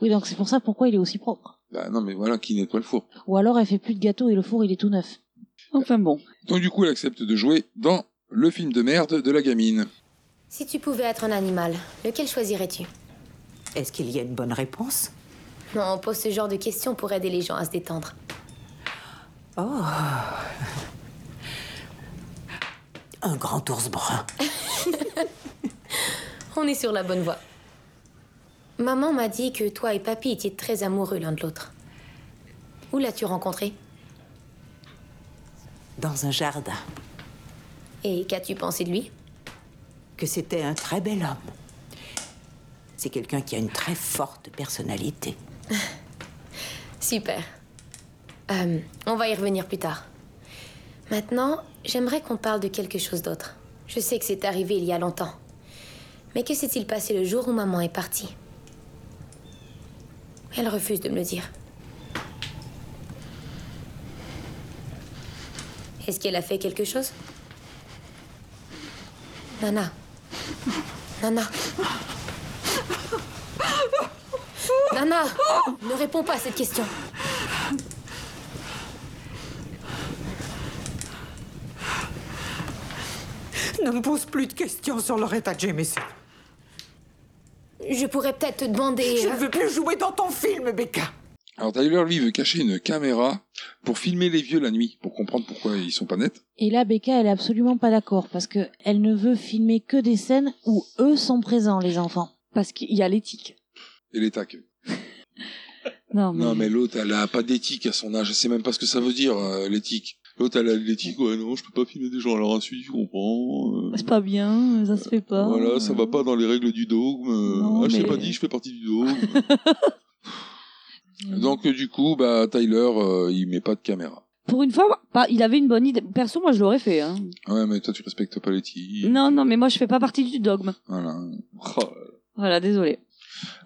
Oui, donc c'est pour ça pourquoi il est aussi propre. Bah non, mais voilà, qui nettoie le four Ou alors elle fait plus de gâteau et le four, il est tout neuf. Enfin bon. Donc du coup, elle accepte de jouer dans le film de merde de la gamine. Si tu pouvais être un animal, lequel choisirais-tu Est-ce qu'il y a une bonne réponse Non, on pose ce genre de questions pour aider les gens à se détendre. Oh Un grand ours brun. On est sur la bonne voie. Maman m'a dit que toi et papy étiez très amoureux l'un de l'autre. Où l'as-tu rencontré Dans un jardin. Et qu'as-tu pensé de lui Que c'était un très bel homme. C'est quelqu'un qui a une très forte personnalité. Super. Euh, on va y revenir plus tard. Maintenant, j'aimerais qu'on parle de quelque chose d'autre. Je sais que c'est arrivé il y a longtemps. Mais que s'est-il passé le jour où maman est partie Elle refuse de me le dire. Est-ce qu'elle a fait quelque chose Nana. Nana. Nana, ne réponds pas à cette question. Ne me pose plus de questions sur Loretta Jameson. Je pourrais peut-être te demander. euh, Je ne veux plus jouer dans ton film, Becca. Alors Tyler, lui, veut cacher une caméra pour filmer les vieux la nuit, pour comprendre pourquoi ils sont pas nets. Et là, Becca, elle est absolument pas d'accord parce que elle ne veut filmer que des scènes où eux sont présents, les enfants. Parce qu'il y a l'éthique. Et les tacs. Non, mais... Non, mais l'autre, elle a pas d'éthique à son âge. Elle sait même pas ce que ça veut dire, euh, l'éthique. L'autre, elle a de l'éthique. Ouais, non, je peux pas filmer des gens à leur insu, tu comprends. euh, Ah, c'est pas bien, ça se fait pas. Voilà, ça va pas dans les règles du dogme. euh, Non, ah, je t'ai mais- pas dit, je fais partie du dogme. Donc, euh, du coup, bah, Tyler, euh, il met pas de caméra. Pour une fois, pas- il avait une bonne idée. Perso, moi, je l'aurais fait. Hein. Ouais, mais toi, tu respectes pas l'éthique. Non, non, mais moi, je fais pas partie du dogme. Voilà. Oh Voilà, désolé.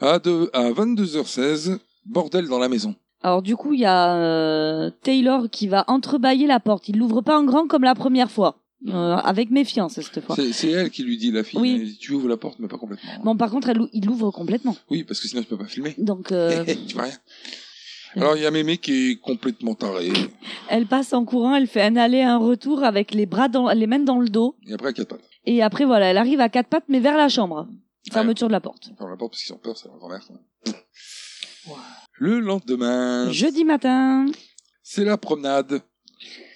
À, deux- à 22h16, bordel dans la maison. Alors du coup, il y a euh, Taylor qui va entrebâiller la porte. Il l'ouvre pas en grand comme la première fois, Euh, avec méfiance cette fois. C'est c'est elle qui lui dit, la fille. Oui. elle dit, tu ouvres la porte, mais pas complètement. Bon, par contre, elle l'ou- il l'ouvre complètement. Oui, parce que sinon, je peux pas filmer. Donc, euh, tu vois rien. Alors, il y a Mémé qui est complètement taré. elle passe en courant, elle fait un aller, un retour avec les bras dans, les mains dans le dos, Et après, à quatre pattes. et après voilà, elle arrive à quatre pattes mais vers la chambre, fermeture de la porte. Ferme la porte parce qu'ils ont peur, c'est leur grand-mère. quoi. Le Euh, lendemain, Jeudi matin, c'est la promenade.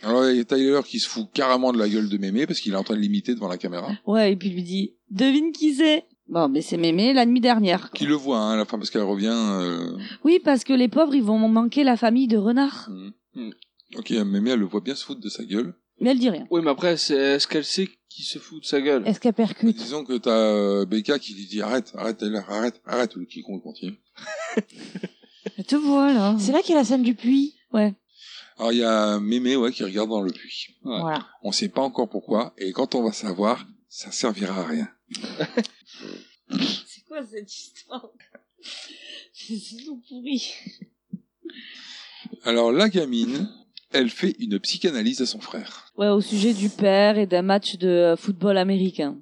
Alors, il y a Tyler qui se fout carrément de la gueule de Mémé parce qu'il est en train de l'imiter devant la caméra. ouais, et puis il lui dit, devine qui c'est. Bon, mais c'est Mémé la nuit dernière. Qui le voit, hein, à la fin, parce qu'elle revient. euh, Oui, parce que les pauvres, ils vont manquer la famille de renards. Mm. hmm, hmm. Ok, Mémé, elle le voit bien se foutre de sa gueule. Mais elle dit rien. Oui, mais après, c'est- est-ce qu'elle sait qui se fout de sa gueule Est-ce qu'elle percute Disons que t'as euh, Becca qui lui dit arrête, arrête, Tyler, arrête, arrête, ou le quiconque continue. Elle te vois là. C'est là qu'il y a la scène du puits. Ouais. Alors, il y a Mémé, ouais, qui regarde dans le puits. Ouais. Voilà. On sait pas encore pourquoi, et quand on va savoir, ça servira à rien. C'est quoi cette histoire C'est tout pourri. Alors la gamine, elle fait une psychanalyse à son frère. Ouais, au sujet du père et d'un match de euh, football américain.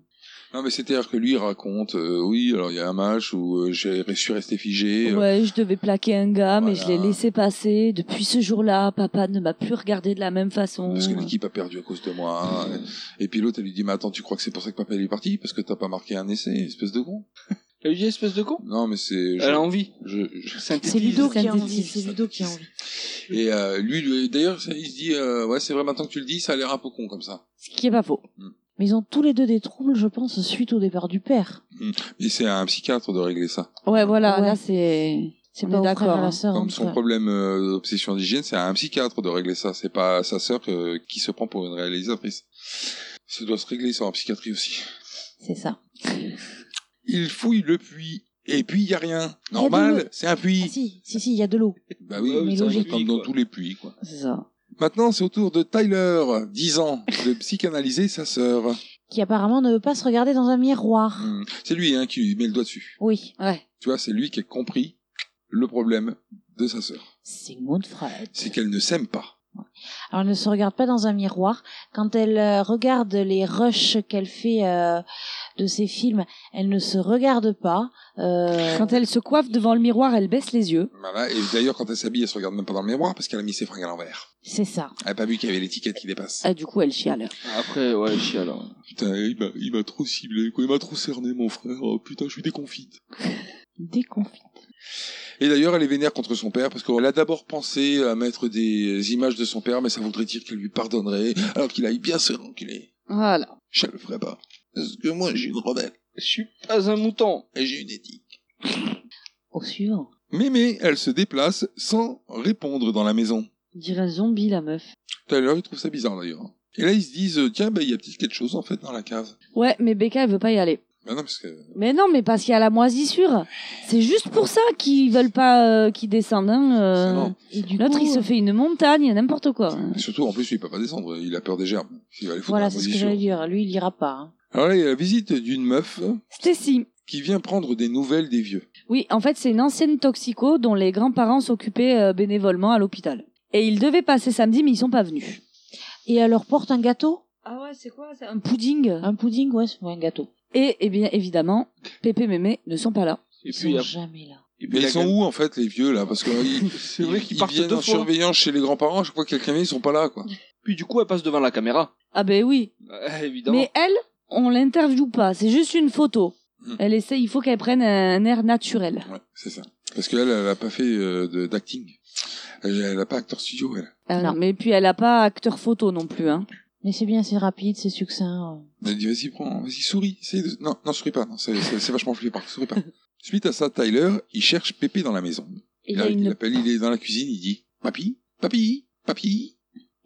Non mais c'est-à-dire que lui il raconte, euh, oui, alors il y a un match où euh, j'ai je suis resté figé. euh, Ouais, je devais plaquer un gars, mais Voilà. je l'ai laissé passer. Depuis ce jour-là, papa ne m'a plus regardé de la même façon. Parce que l'équipe a perdu à cause de moi. hein. Et puis l'autre, elle lui dit, mais attends, tu crois que c'est pour ça que papa il est parti Parce que t'as pas marqué un essai, espèce de con. Elle lui dit espèce de con Non, mais c'est... je- Elle a envie. je- je- C'est Synthétise. Ludo qui a envie. synthétise. C'est Ludo qui a envie. Et euh, lui, lui- d'ailleurs, ça, il se dit, euh, ouais, c'est vrai, maintenant que tu le dis, ça a l'air un peu con comme ça. Ce qui est pas faux. Mm. Mais ils ont tous les deux des troubles, je pense, suite au départ du père. Ah Et c'est à un psychiatre de régler ça. Ouais, voilà, Ouais. là, c'est... C'est On pas est d'accord. à Ah, la hein. sœur. en Comme tout son cas. problème euh, d'obsession d'hygiène, c'est à un psychiatre de régler ça. C'est pas à sa sœur que- qui se prend pour une réalisatrice. Ça doit se régler ça en psychiatrie aussi. C'est ça. Il fouille le puits. Et puis, il y a rien. Y a de Normal, l'eau. c'est un Ah, puits. si, si, si, il y a de l'eau. Bah oui, Ouais, mais c'est un peu logique, comme dans quoi. tous les puits, quoi. C'est ça. Maintenant, c'est au tour de Tyler, 10 ans, de psychanalyser sa sœur. Qui apparemment ne veut pas se regarder dans un miroir. Hmm. C'est lui, hein, qui lui met le doigt dessus. Oui. Ouais. Tu vois, c'est lui qui a compris le problème de sa sœur. Sigmund Freud. C'est qu'elle ne s'aime pas. Alors, elle ne se regarde pas dans un miroir. Quand elle euh, regarde les rushs qu'elle fait euh, de ses films, elle ne se regarde pas. Euh, Quand elle se coiffe devant le miroir, elle baisse les yeux. Voilà. Et d'ailleurs, quand elle s'habille, elle se regarde même pas dans le miroir parce qu'elle a mis ses fringues à l'envers. C'est ça. Elle a pas vu qu'il y avait l'étiquette qui dépasse. Et Ah, du coup, elle chiale. Après, ouais, chial. alors. Putain, il m'a, il m'a trop ciblé, quoi. Il m'a trop cerné, mon frère. Oh, putain, je suis déconfite. Déconfit. Et d'ailleurs, elle est vénère contre son père parce qu'elle a d'abord pensé à mettre des images de son père, mais ça voudrait dire qu'elle lui pardonnerait, alors qu'il aille bien se renculer. Voilà. Je le ferai pas. Parce que moi, j'ai une rebelle. Je suis pas un mouton. Et j'ai une éthique. Au suivant. Mémé, elle se déplace sans répondre dans la maison. On dirait un zombie, la meuf. Tyler, il trouve ça bizarre d'ailleurs. hein. Et là, ils se disent, tiens, bah, il y a peut-être quelque chose en fait dans la cave. Ouais, mais Becca, elle veut pas y aller. Bah non, parce que. Mais non, mais parce qu'il y a la moisissure. C'est juste pour ça qu'ils veulent pas euh, qu'ils descendent. hein, euh. C'est bon. Et du L'autre, coup, il se fait une montagne, n'importe quoi. Surtout, en plus, lui, il peut pas descendre. Il a peur des gerbes. Il va les foutre Voilà, dans la c'est ce que position. j'allais dire. Lui, il ira pas. hein. Alors là, il y a la visite d'une meuf Stacy. qui vient prendre des nouvelles des vieux. Oui, en fait, c'est une ancienne toxico dont les grands-parents s'occupaient euh, bénévolement à l'hôpital. Et ils devaient passer samedi, mais ils sont pas venus. Et elle leur porte un gâteau. Ah ouais, c'est quoi Un pudding. Un pudding, ouais, c'est ouais, un gâteau. Et, eh bien évidemment, Pépé et Mémé ne sont pas là. Et Ils puis, sont après- jamais là. et puis Mais la ils sont gamine- où en fait les vieux là Parce que euh, ils, C'est vrai qu'ils ils partent viennent deux en fois. surveillance chez les grands-parents. Chaque fois que quelqu'un vient, ils sont pas là quoi. Puis du coup, elle passe devant la caméra. Ah ben oui. Euh, évidemment. Mais elle, on l'interviewe pas. C'est juste une photo. Hmm. Elle essaie, il faut qu'elle prenne un air naturel. Ouais, c'est ça. Parce qu'elle, elle a pas fait euh, de- d'acting. Elle elle a pas acteur studio, elle. Euh, Mais puis elle a pas acteur photo non plus. Hein. Mais c'est bien, c'est rapide, c'est succinct. euh. Elle dit vas-y, prends, vas-y, souris. essaye de- Non, non, souris pas. Non, c'est, c'est, c'est vachement flippant. Souris pas. Suite à ça, Tyler, il cherche Pépé dans la maison. Il Il, y a arrive, Ah, il une- l'appelle, il est dans la cuisine, il dit Papy, papy, papy.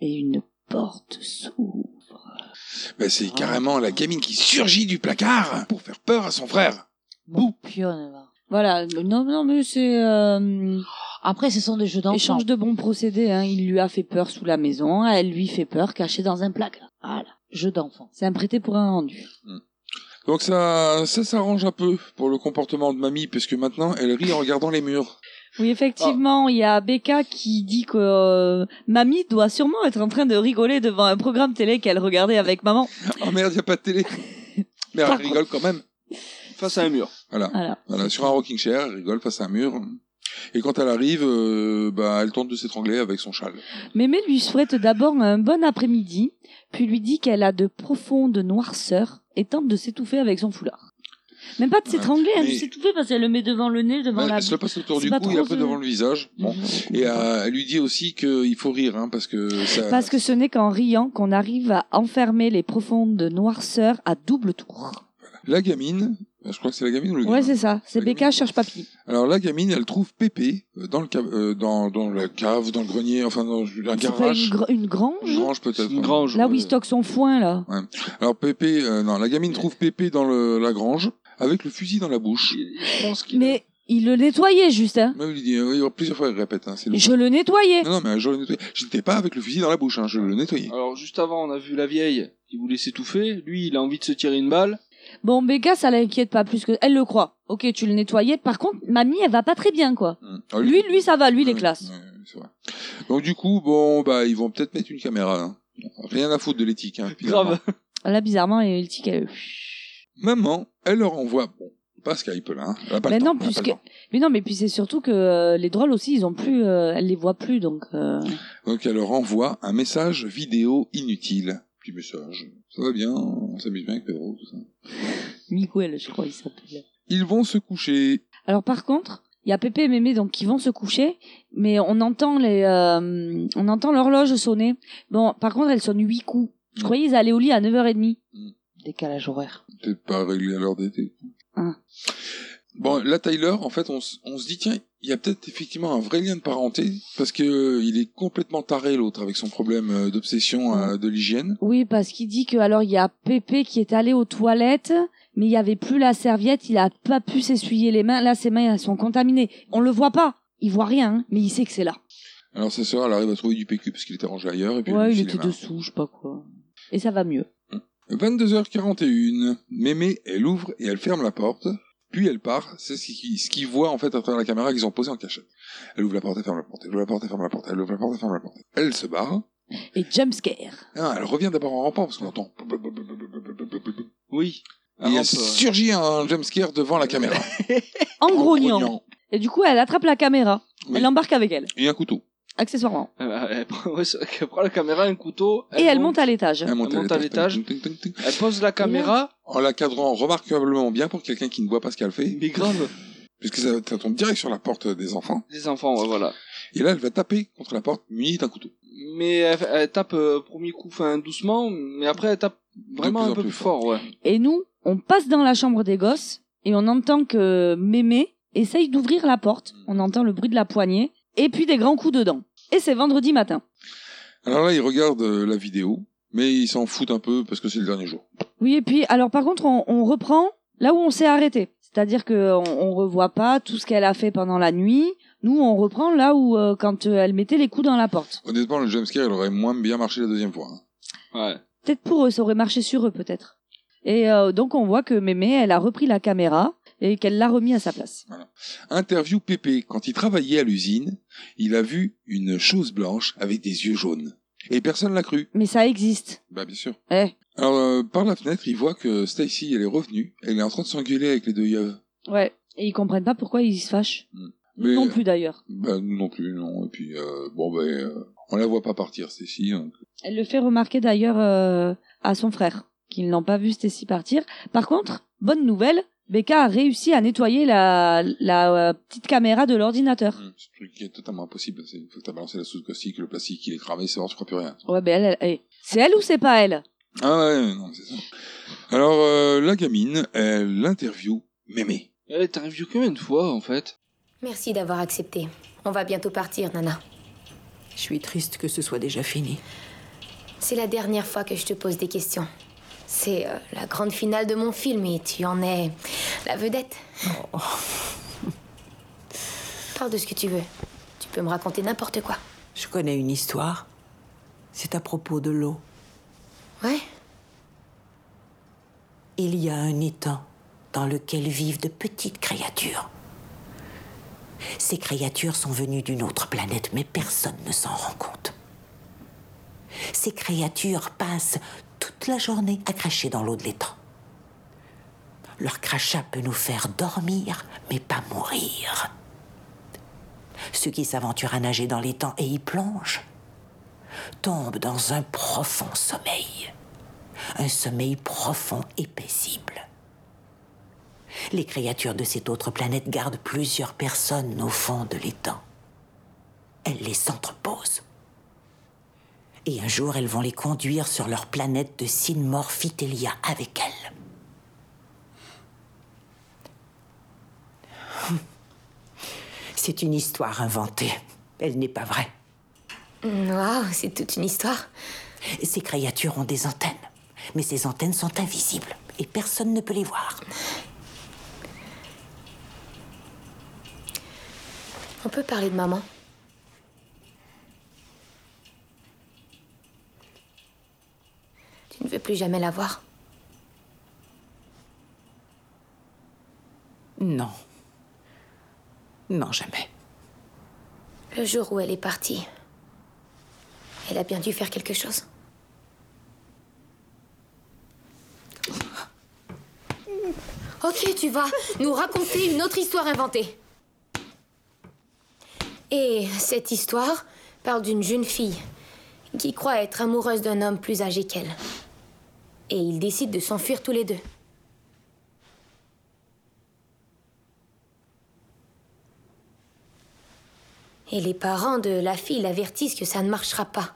Et une porte s'ouvre. Ah. Ben, c'est carrément la gamine qui surgit du placard pour faire peur à son frère. Bouh Pionne, là. Voilà, non, non, mais c'est. euh, Après, ce sont des jeux d'enfants. échange de bons procédés. Hein. Il lui a fait peur sous la maison, elle lui fait peur cachée dans un placard. Voilà, Jeux d'enfants. c'est un prêté pour un rendu. Donc ça, ça s'arrange un peu pour le comportement de mamie, puisque maintenant elle rit en regardant les murs. Oui, Oh. effectivement, il y a Becca qui dit que euh, mamie doit sûrement être en train de rigoler devant un programme télé qu'elle regardait avec maman. Oh merde, y a pas de télé. Mais elle rigole quand même. Face à un mur. Voilà. Voilà. Voilà, sur un rocking chair, elle rigole face à un mur. Et quand elle arrive, euh, bah, elle tente de s'étrangler avec son châle. Mémé lui souhaite d'abord un bon après-midi, puis lui dit qu'elle a de profondes noirceurs et tente de s'étouffer avec son foulard. Même pas de s'étrangler, hein, Mais- de s'étouffer parce qu'elle le met devant le nez, devant Elle la se le passe autour c'est du pas cou trop Mhm. et un peu ce- devant le visage. Bon. Et euh, elle lui dit aussi qu'il faut rire, hein, parce que ça... Parce que ce n'est qu'en riant qu'on arrive à enfermer les profondes noirceurs à double tour. La gamine, euh, je crois que c'est la gamine ou le Ouais, gamin c'est ça. C'est La Becca gamine. cherche papy. Alors la gamine, elle trouve Pépé euh, dans le cave, euh, dans, dans la cave, dans le grenier, enfin dans un C'est pas garage, une, gr- une une grange grange peut-être. Une grange. Là où ouais. il stocke son foin, là. Alors Pépé, euh, non, la gamine trouve Pépé dans le- la grange avec le fusil dans la bouche. Je pense qu'il. Mais il le nettoyait juste, hein. Même il dit euh, oui, plusieurs fois, il répète. Hein, c'est le... Je le nettoyais. Non, non, mais je le nettoyais. J'étais pas avec le fusil dans la bouche, hein, je le nettoyais. Alors, juste avant, on a vu la vieille qui voulait s'étouffer. Lui, il a envie de se tirer une balle. Bon, Becca, ça l'inquiète pas plus que. Elle le croit. Ok, tu le nettoyais. Par contre, mamie, elle va pas très bien, quoi. Ah, Lui, lui, ça va. Lui, il est Ouais, classe. ouais, c'est vrai. Donc du coup, bon, bah ils vont peut-être mettre une caméra. hein. Rien à foutre de l'éthique. Hein, finalement. Grave. Là, bizarrement, il tic, elle. Maman, elle leur envoie, bon, pas Skype là, hein. elle a pas Mais le non, temps, elle a pas puisque- le temps. Mais non, mais puis c'est surtout que euh, les drôles aussi, ils ont plus. euh, elle les voit plus, donc. euh, Donc elle leur envoie un message vidéo inutile. Petit message. Ça va bien, on s'amuse bien avec Pedro, tout ça. Miguel, je crois, il s'appelle. Ils vont se coucher. Alors par contre, il y a Pépé et Mémé donc qui vont se coucher, mais on entend les, euh, on entend l'horloge sonner. Bon, par contre, elle sonne huit coups. Je Mm. croyais qu'ils allaient au lit à 9h30. Décalage horaire. Peut-être pas réglé à l'heure d'été. Ah. Bon, là, Tyler, en fait, on, s- on se dit, tiens, il y a peut-être effectivement un vrai lien de parenté, parce que euh, il est complètement taré, l'autre, avec son problème euh, Mmh. d'obsession euh, de l'hygiène. Oui, parce qu'il dit que alors il y a Pépé qui est allé aux toilettes, mais il y avait plus la serviette, il a pas pu s'essuyer les mains. Là, ses mains elles sont contaminées. On le voit pas, il voit rien, hein, mais il sait que c'est là. Alors sa sœur, elle arrive à trouver du PQ, parce qu'il était rangé ailleurs, et puis elle ouais, lui il file les était mains. dessous, je sais pas quoi. Et ça va mieux. 22h41. Mémé, elle ouvre et elle ferme la porte. Puis elle part. C'est ce qui- ce qu'ils voient en fait à travers la caméra qu'ils ont posé en cachette. Elle ouvre la porte, elle ferme la porte. Elle ouvre la porte, elle ferme la porte. Elle ouvre la porte, elle ferme la porte. Elle se barre. Et jumpscare. Ah, elle revient d'abord en rampant parce qu'on entend. Oui. Et elle surgit un jumpscare devant la caméra. En En grognant. grognant. Et du coup, elle attrape la caméra. Oui. Elle l'embarque avec elle, Et un couteau. accessoirement. Euh, Elle prend, ouais, c'est vrai qu'elle prend la caméra, un couteau. Et elle monte à l'étage. Elle monte, Elle monte à à l'étage. Elle pose la caméra, En la cadrant remarquablement bien pour quelqu'un qui ne voit pas ce qu'elle fait. mais grave. Puisque ça, ça tombe direct sur la porte des enfants. Les enfants, ouais, voilà. Et là, elle va taper contre la porte munie d'un couteau. Mais elle, elle tape euh, premier coup, enfin doucement, mais après elle tape vraiment plus en un peu plus plus fort, ouais. Et nous, on passe dans la chambre des gosses et on entend que Mémé essaye d'ouvrir la porte. On entend le bruit de la poignée et puis des grands coups dedans. Et c'est vendredi matin. Alors là, ils regardent euh, la vidéo, mais ils s'en foutent un peu parce que c'est le dernier jour. Oui, et puis, alors par contre, on, on reprend là où on s'est arrêté. C'est-à-dire que on, on revoit pas tout ce qu'elle a fait pendant la nuit. Nous, on reprend là où, euh, quand euh, elle mettait les coups dans la porte. Honnêtement, le jumpscare, il aurait moins bien marché la deuxième fois. hein. Ouais. Peut-être pour eux, ça aurait marché sur eux, peut-être. Et euh, donc, on voit que Mémé, elle a repris la caméra et qu'elle l'a remis à sa place. Interview Pépé. Quand il travaillait à l'usine, il a vu une chose blanche avec des yeux jaunes. Et personne l'a cru. Mais ça existe. Bah, bien sûr. Eh, Alors, euh, par la fenêtre, il voit que Stacy, elle est revenue. Elle est en train de s'engueuler avec les deux euh, yeux. Ouais. Et ils comprennent pas pourquoi ils se fâchent. Mm. Mais- Non plus d'ailleurs. Bah, nous non plus, non. Et puis, euh, bon, ben, euh, on la voit pas partir, Stacy. hein. Elle le fait remarquer d'ailleurs euh, à son frère, qu'ils n'ont pas vu Stacy partir. Par contre, bonne nouvelle, Becca a réussi à nettoyer la, la euh, petite caméra de l'ordinateur. Ce truc qui est totalement impossible. C'est- Une fois que t'as balancé la soude caustique, le plastique, il est cramé, c'est mort, tu crois plus rien. Ouais, ben elle, elle- elle- c'est elle ou c'est pas elle Ah ouais, non, c'est ça. Alors, euh, la gamine, elle interview Mémé. Elle t'interview combien de fois en fait Merci d'avoir accepté. On va bientôt partir, Nana. Je suis triste que ce soit déjà fini. C'est la dernière fois que je te pose des questions. C'est euh, la grande finale de mon film et tu en es la vedette. Parle de ce que tu veux. Tu peux me raconter n'importe quoi. Je connais une histoire. C'est à propos de l'eau. Ouais Il y a un étang dans lequel vivent de petites créatures. Ces créatures sont venues d'une autre planète, mais personne ne s'en rend compte. Ces créatures passent toute la journée à cracher dans l'eau de l'étang. Leur crachat peut nous faire dormir, mais pas mourir. Ceux qui s'aventurent à nager dans l'étang et y plongent tombent dans un profond sommeil un sommeil profond et paisible. Les créatures de cette autre planète gardent plusieurs personnes au fond de l'étang. Elles les entreposent. Et un jour, elles vont les conduire sur leur planète de Sinmorphitelia avec elles. C'est une histoire inventée. Elle n'est pas vraie. Waouh, c'est toute une histoire. Ces créatures ont des antennes, mais ces antennes sont invisibles et personne ne peut les voir. On peut parler de maman. Tu ne veux plus jamais la voir. Non. Non, jamais. Le jour où elle est partie, elle a bien dû faire quelque chose. Ok, tu vas nous raconter une autre histoire inventée. Et cette histoire parle d'une jeune fille qui croit être amoureuse d'un homme plus âgé qu'elle. Et ils décident de s'enfuir tous les deux. Et les parents de la fille l'avertissent que ça ne marchera pas.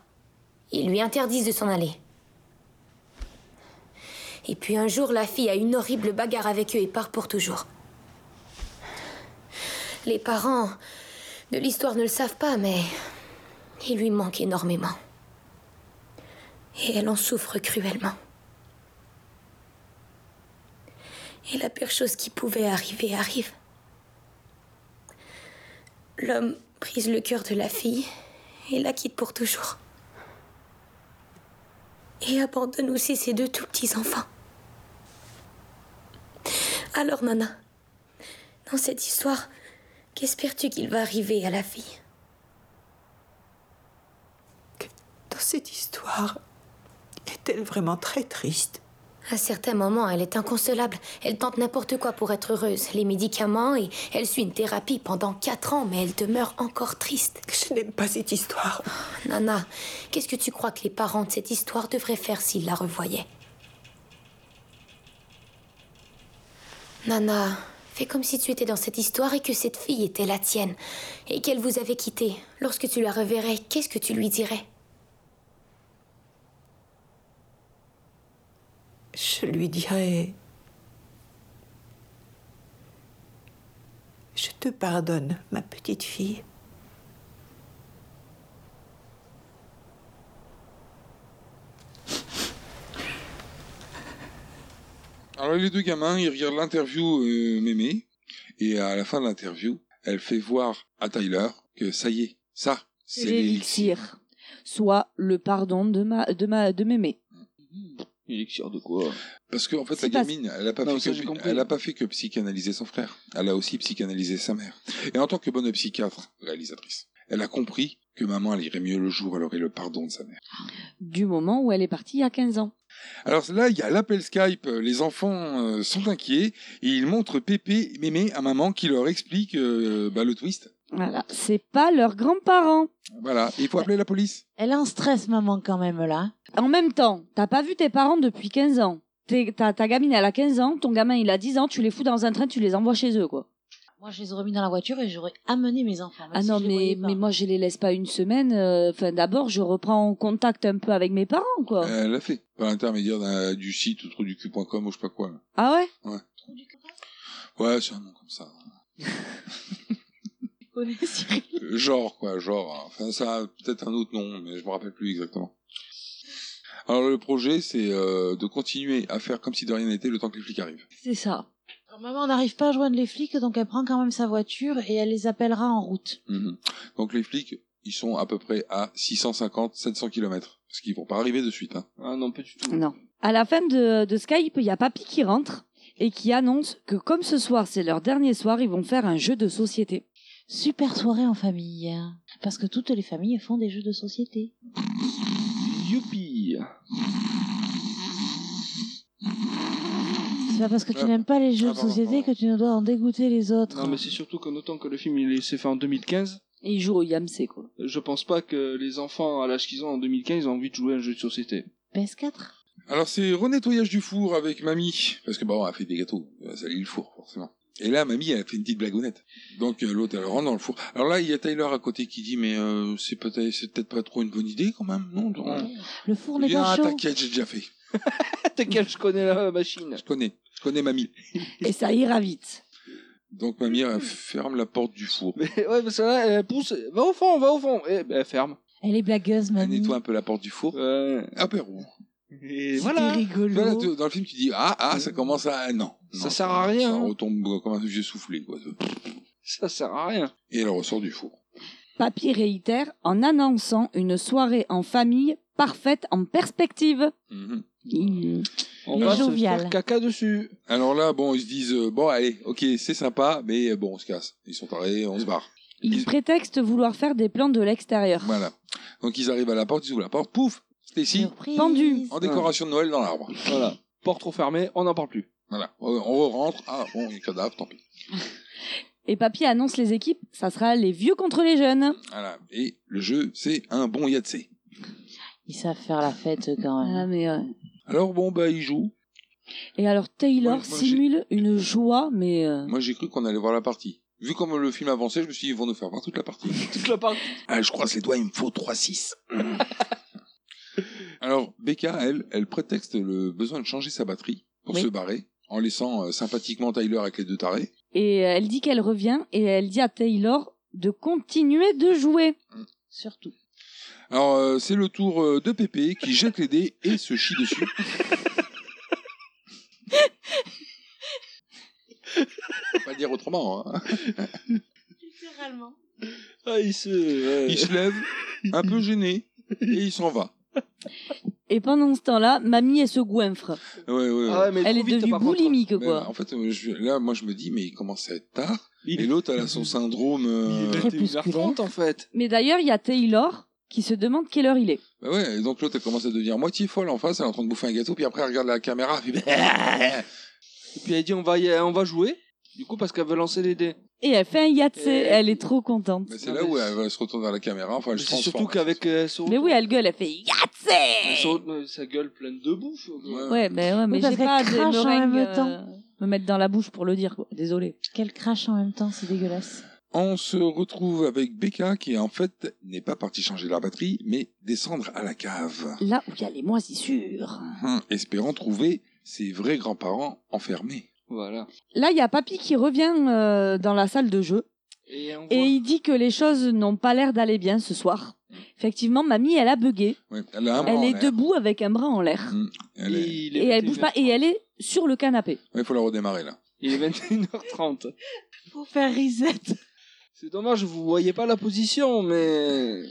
Ils lui interdisent de s'en aller. Et puis un jour, la fille a une horrible bagarre avec eux et part pour toujours. Les parents de l'histoire ne le savent pas, mais il lui manque énormément. Et elle en souffre cruellement. Et la pire chose qui pouvait arriver arrive. L'homme brise le cœur de la fille et la quitte pour toujours. Et abandonne aussi ses deux tout petits enfants. Alors, Nana, dans cette histoire, qu'espères-tu qu'il va arriver à la fille Dans cette histoire, est-elle vraiment très triste À certains moments, elle est inconsolable. Elle tente n'importe quoi pour être heureuse. Les médicaments et elle suit une thérapie pendant quatre ans, mais elle demeure encore triste. Oh, Je n'aime pas cette histoire. Nana, qu'est-ce que tu crois que les parents de cette histoire devraient faire s'ils la revoyaient Nana, fais comme si tu étais dans cette histoire et que cette fille était la tienne, et qu'elle vous avait quitté. Lorsque tu la reverrais, qu'est-ce que tu lui dirais Je lui dirais... Je te pardonne, ma petite fille. Alors, les deux gamins, ils regardent l'interview euh, Mémé. Et à la fin de l'interview, elle fait voir à Tyler que ça y est, ça, c'est l'élixir. l'élixir. Soit le pardon de ma, de ma, de mémé. Élixir de quoi Parce qu'en fait, C'est la pas- gamine, elle n'a pas, Non, fait ça, que- j'ai compris. elle a pas fait que psychanalyser son frère. Elle a aussi psychanalysé sa mère. Et en tant que bonne psychiatre, réalisatrice, elle a compris que maman, elle irait mieux le jour où elle aurait le pardon de sa mère. Du moment où elle est partie il y a 15 ans. Alors là, il y a l'appel Skype. Les enfants euh, sont inquiets et ils montrent Pépé, Mémé à maman qui leur explique euh, bah, le twist. Voilà. C'est pas leurs grands-parents. Voilà. Et il faut appeler la police. Elle est en stress, maman, quand même, là. En même temps, t'as pas vu tes parents depuis 15 ans. t'es- ta, ta gamine, elle a 15 ans, ton gamin, il a 10 ans, tu les fous dans un train, tu les envoies chez eux, quoi. Moi, je les aurais mis dans la voiture et j'aurais amené mes enfants. même Ah si non, je les mais, voyais pas. mais moi, je les laisse pas une semaine. euh, Enfin, d'abord, je reprends contact un peu avec mes parents, quoi. Euh, Elle l'a fait, par l'intermédiaire d'un- du site ou du cul.com ou je sais pas quoi. là. Ah ouais Ouais, c'est un nom comme ça. Euh, Genre, quoi, genre. hein. Enfin, ça a peut-être un autre nom, mais je me rappelle plus exactement. Alors, le projet, c'est euh, de continuer à faire comme si de rien n'était le temps que les flics arrivent. C'est ça. Alors, maman n'arrive pas à joindre les flics, donc elle prend quand même sa voiture et elle les appellera en route. Mhm. Donc, les flics, ils sont à peu près à 650-700 km. Parce qu'ils vont pas arriver de suite. Hein. Ah non, pas du tout. Non. À la fin de, de Skype, il y a Papy qui rentre et qui annonce que comme ce soir, c'est leur dernier soir, ils vont faire un jeu de société. Super soirée en famille. hein. Parce que toutes les familles font des jeux de société. Youpi C'est pas parce que tu Ah, n'aimes pas les jeux ah, de pardon, société pardon. que tu ne dois en dégoûter les autres. Non, mais c'est surtout que notant que le film il est- s'est fait en 2015, Et ils jouent au Yamsé, quoi. je pense pas que les enfants à l'âge qu'ils ont en 2015 ils ont envie de jouer à un jeu de société. PS4 Alors, c'est renettoyage du four avec mamie. Parce que, bah, on a fait des gâteaux. euh, Ça lit le four, forcément. Et là, mamie, elle a fait une petite blagounette. Donc, euh, l'autre, elle rentre dans le four. Alors là, il y a Tyler à côté qui dit, mais euh, c'est peut-être c'est peut-être pas trop une bonne idée, quand même. Non, non. Le four Il n'est dit, pas Ah, chaud. t'inquiète, j'ai déjà fait. T'inquiète, je connais la machine. Je connais. Je connais mamie. Et ça ira vite. Donc mamie elle ferme la porte du four. Mais ouais, parce que là, elle pousse, va au fond, va au fond. Et ben, elle ferme. Elle est blagueuse, Elle mamie. nettoie un peu la porte du four. Euh, Hop, elle rouvre. Mm. C'était et voilà. Mm. Tu vois, là, rigolo. tu- dans le film, tu dis ah ah, ça commence à non. Ça Non, sert à rien, Ça hein. retombe comme un vieux soufflé quoi. Ça sert à rien. Et elle ressort du four. Papy réitère en annonçant une soirée en famille parfaite en perspective. Mhm. Il- On Il est va se Mm. jovial. faire caca dessus. Alors là, bon, ils se disent euh, bon allez, ok, c'est sympa, mais euh, bon, on se casse. Ils sont tarés, on se barre. Il prétexte vouloir faire des plans de l'extérieur. Voilà. Donc ils arrivent à la porte, ils ouvrent la porte, pouf, Stacy Surprise. Pendu. en décoration de Noël dans l'arbre. Voilà. Porte trop fermée, on n'en parle plus. Voilà. On on rentre. Ah bon, il y a un cadavre, tant pis. Et Papy annonce les équipes, ça sera les vieux contre les jeunes. Voilà. Et le jeu, c'est un bon yatsé. Ils savent faire la fête quand même. Ah, mais, euh, Alors bon, bah ils jouent. Et alors Taylor Ouais, moi, j'ai- simule une joie, mais... euh, Moi, j'ai cru qu'on allait voir la partie. Vu comme le film avançait, je me suis dit, ils vont nous faire voir toute la partie. Toute la partie. ah, je croise les doigts, il me faut 3-6. Alors, Becca, elle, elle prétexte le besoin de changer sa batterie pour Oui. se barrer, en laissant euh, sympathiquement Tyler avec les deux tarés. Et euh, elle dit qu'elle revient et elle dit à Taylor de continuer de jouer. Surtout. Alors, euh, c'est le tour euh, de Pépé qui jette les dés et se chie dessus. Faut Pas le dire autrement. Hein. Littéralement. Ah, il se. ouais. Il se lève, un peu gêné, et il s'en va. Et pendant ce temps-là, mamie, elle se goinfre. Ouais, ouais, ouais. Ah ouais, mais Elle est trop vite, devenue par contre. boulimique, Mais, quoi. En fait, euh, je- là, moi, je me dis, mais il commence à être tard. Il- Et l'autre, elle a son syndrome. euh, Il est 21h30 en fait. Mais d'ailleurs, il y a Taylor qui se demande quelle heure il est. Bah ouais, et donc l'autre, elle commence à devenir moitié folle en face. Elle est en train de bouffer un gâteau, puis après, elle regarde la caméra. elle fait Et puis elle dit on va, y- on va jouer. Du coup, parce qu'elle veut lancer les dés. Et elle fait un yatsé, Et- elle est trop contente. Mais c'est là où elle va se retourner vers la caméra. Enfin, Mais elle se C'est transforme. surtout qu'avec euh, son- Mais oui, elle gueule, elle fait yatsé elle saute, euh, sa gueule pleine de bouffe. Ouais. Eh. Ouais, mais ouais, mais parce j'ai qu'elle pas de crache en meringue, même temps. euh, me mettre dans la bouche pour le dire, quoi. Désolé. Qu'elle crache en même temps, c'est dégueulasse. On se retrouve avec Becca, qui en fait n'est pas partie changer la batterie, mais descendre à la cave, Là où il y a les moisissures. Hum, espérant trouver ses vrais grands-parents enfermés. Voilà. Là, il y a Papy qui revient euh, dans la salle de jeu. Et on Et voit- il dit que les choses n'ont pas l'air d'aller bien ce soir. Effectivement, mamie, elle a bugué. Ouais, elle a un bras elle en est l'air. debout avec un bras en l'air. Hum, elle est- Mm. il est Et elle bouge pas, et elle est sur le canapé. Ouais, faut la redémarrer là. Il est 21h30. Faut faire reset. C'est dommage, vous voyez pas la position, mais.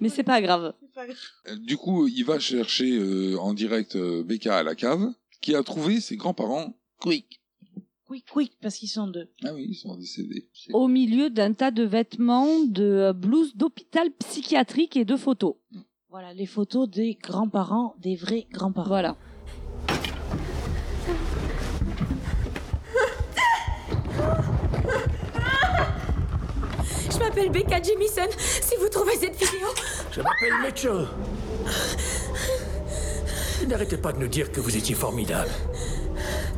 Mais c'est pas grave. Euh, Du coup, il va chercher euh, en direct euh, Becca à la cave, qui a trouvé ses grands-parents. Quick. Quick, quick, parce qu'ils sont deux. Ah oui, ils sont décédés. Au milieu d'un tas de vêtements, de euh, blouses d'hôpital psychiatrique et de photos. Voilà, les photos des grands-parents, des vrais grands-parents. Voilà. Ah! Je m'appelle Becca Jamison. Si vous trouvez cette vidéo, Je m'appelle Mitchell. N'arrêtez pas de nous dire que vous étiez formidable.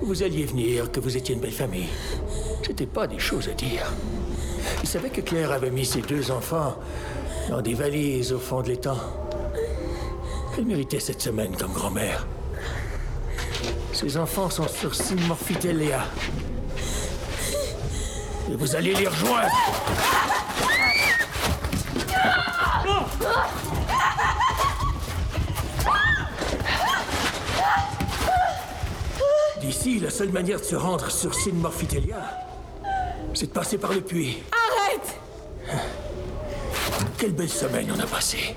Vous alliez venir, que vous étiez une belle famille. C'était pas des choses à dire. Il savait que Claire avait mis ses deux enfants dans des valises au fond de l'étang. Elle méritait cette semaine comme grand-mère. Ses enfants sont sur Morphite Léa. Et vous allez les rejoindre. D'ici, la seule manière de se rendre sur Morphitelia, c'est de passer par le puits. Arrête Quelle belle semaine on a passée.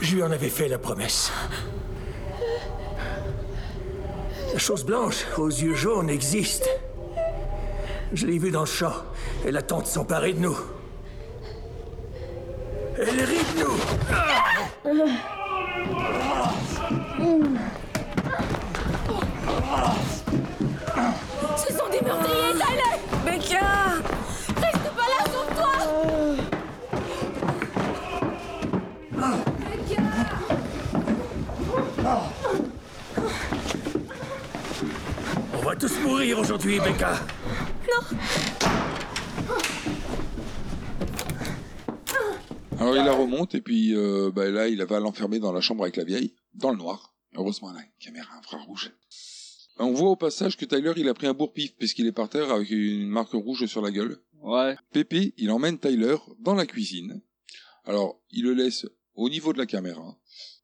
Je lui en avais fait la promesse. La chose blanche aux yeux jaunes existe. Je l'ai vue dans le champ. Elle attend de s'emparer de nous. Elle rit de nous. Ce sont des meurtriers, Tyler Becca Reste pas là, sauve-toi On va tous mourir aujourd'hui, Becca. Alors il la remonte et puis euh, bah, là il va l'enfermer dans la chambre avec la vieille, dans le noir. Heureusement elle a une caméra infrarouge. Ben, On voit au passage que Tyler il a pris un bourre-pif puisqu'il est par terre avec une marque rouge sur la gueule. Ouais. Pépé il emmène Tyler dans la cuisine. Alors il le laisse au niveau de la caméra,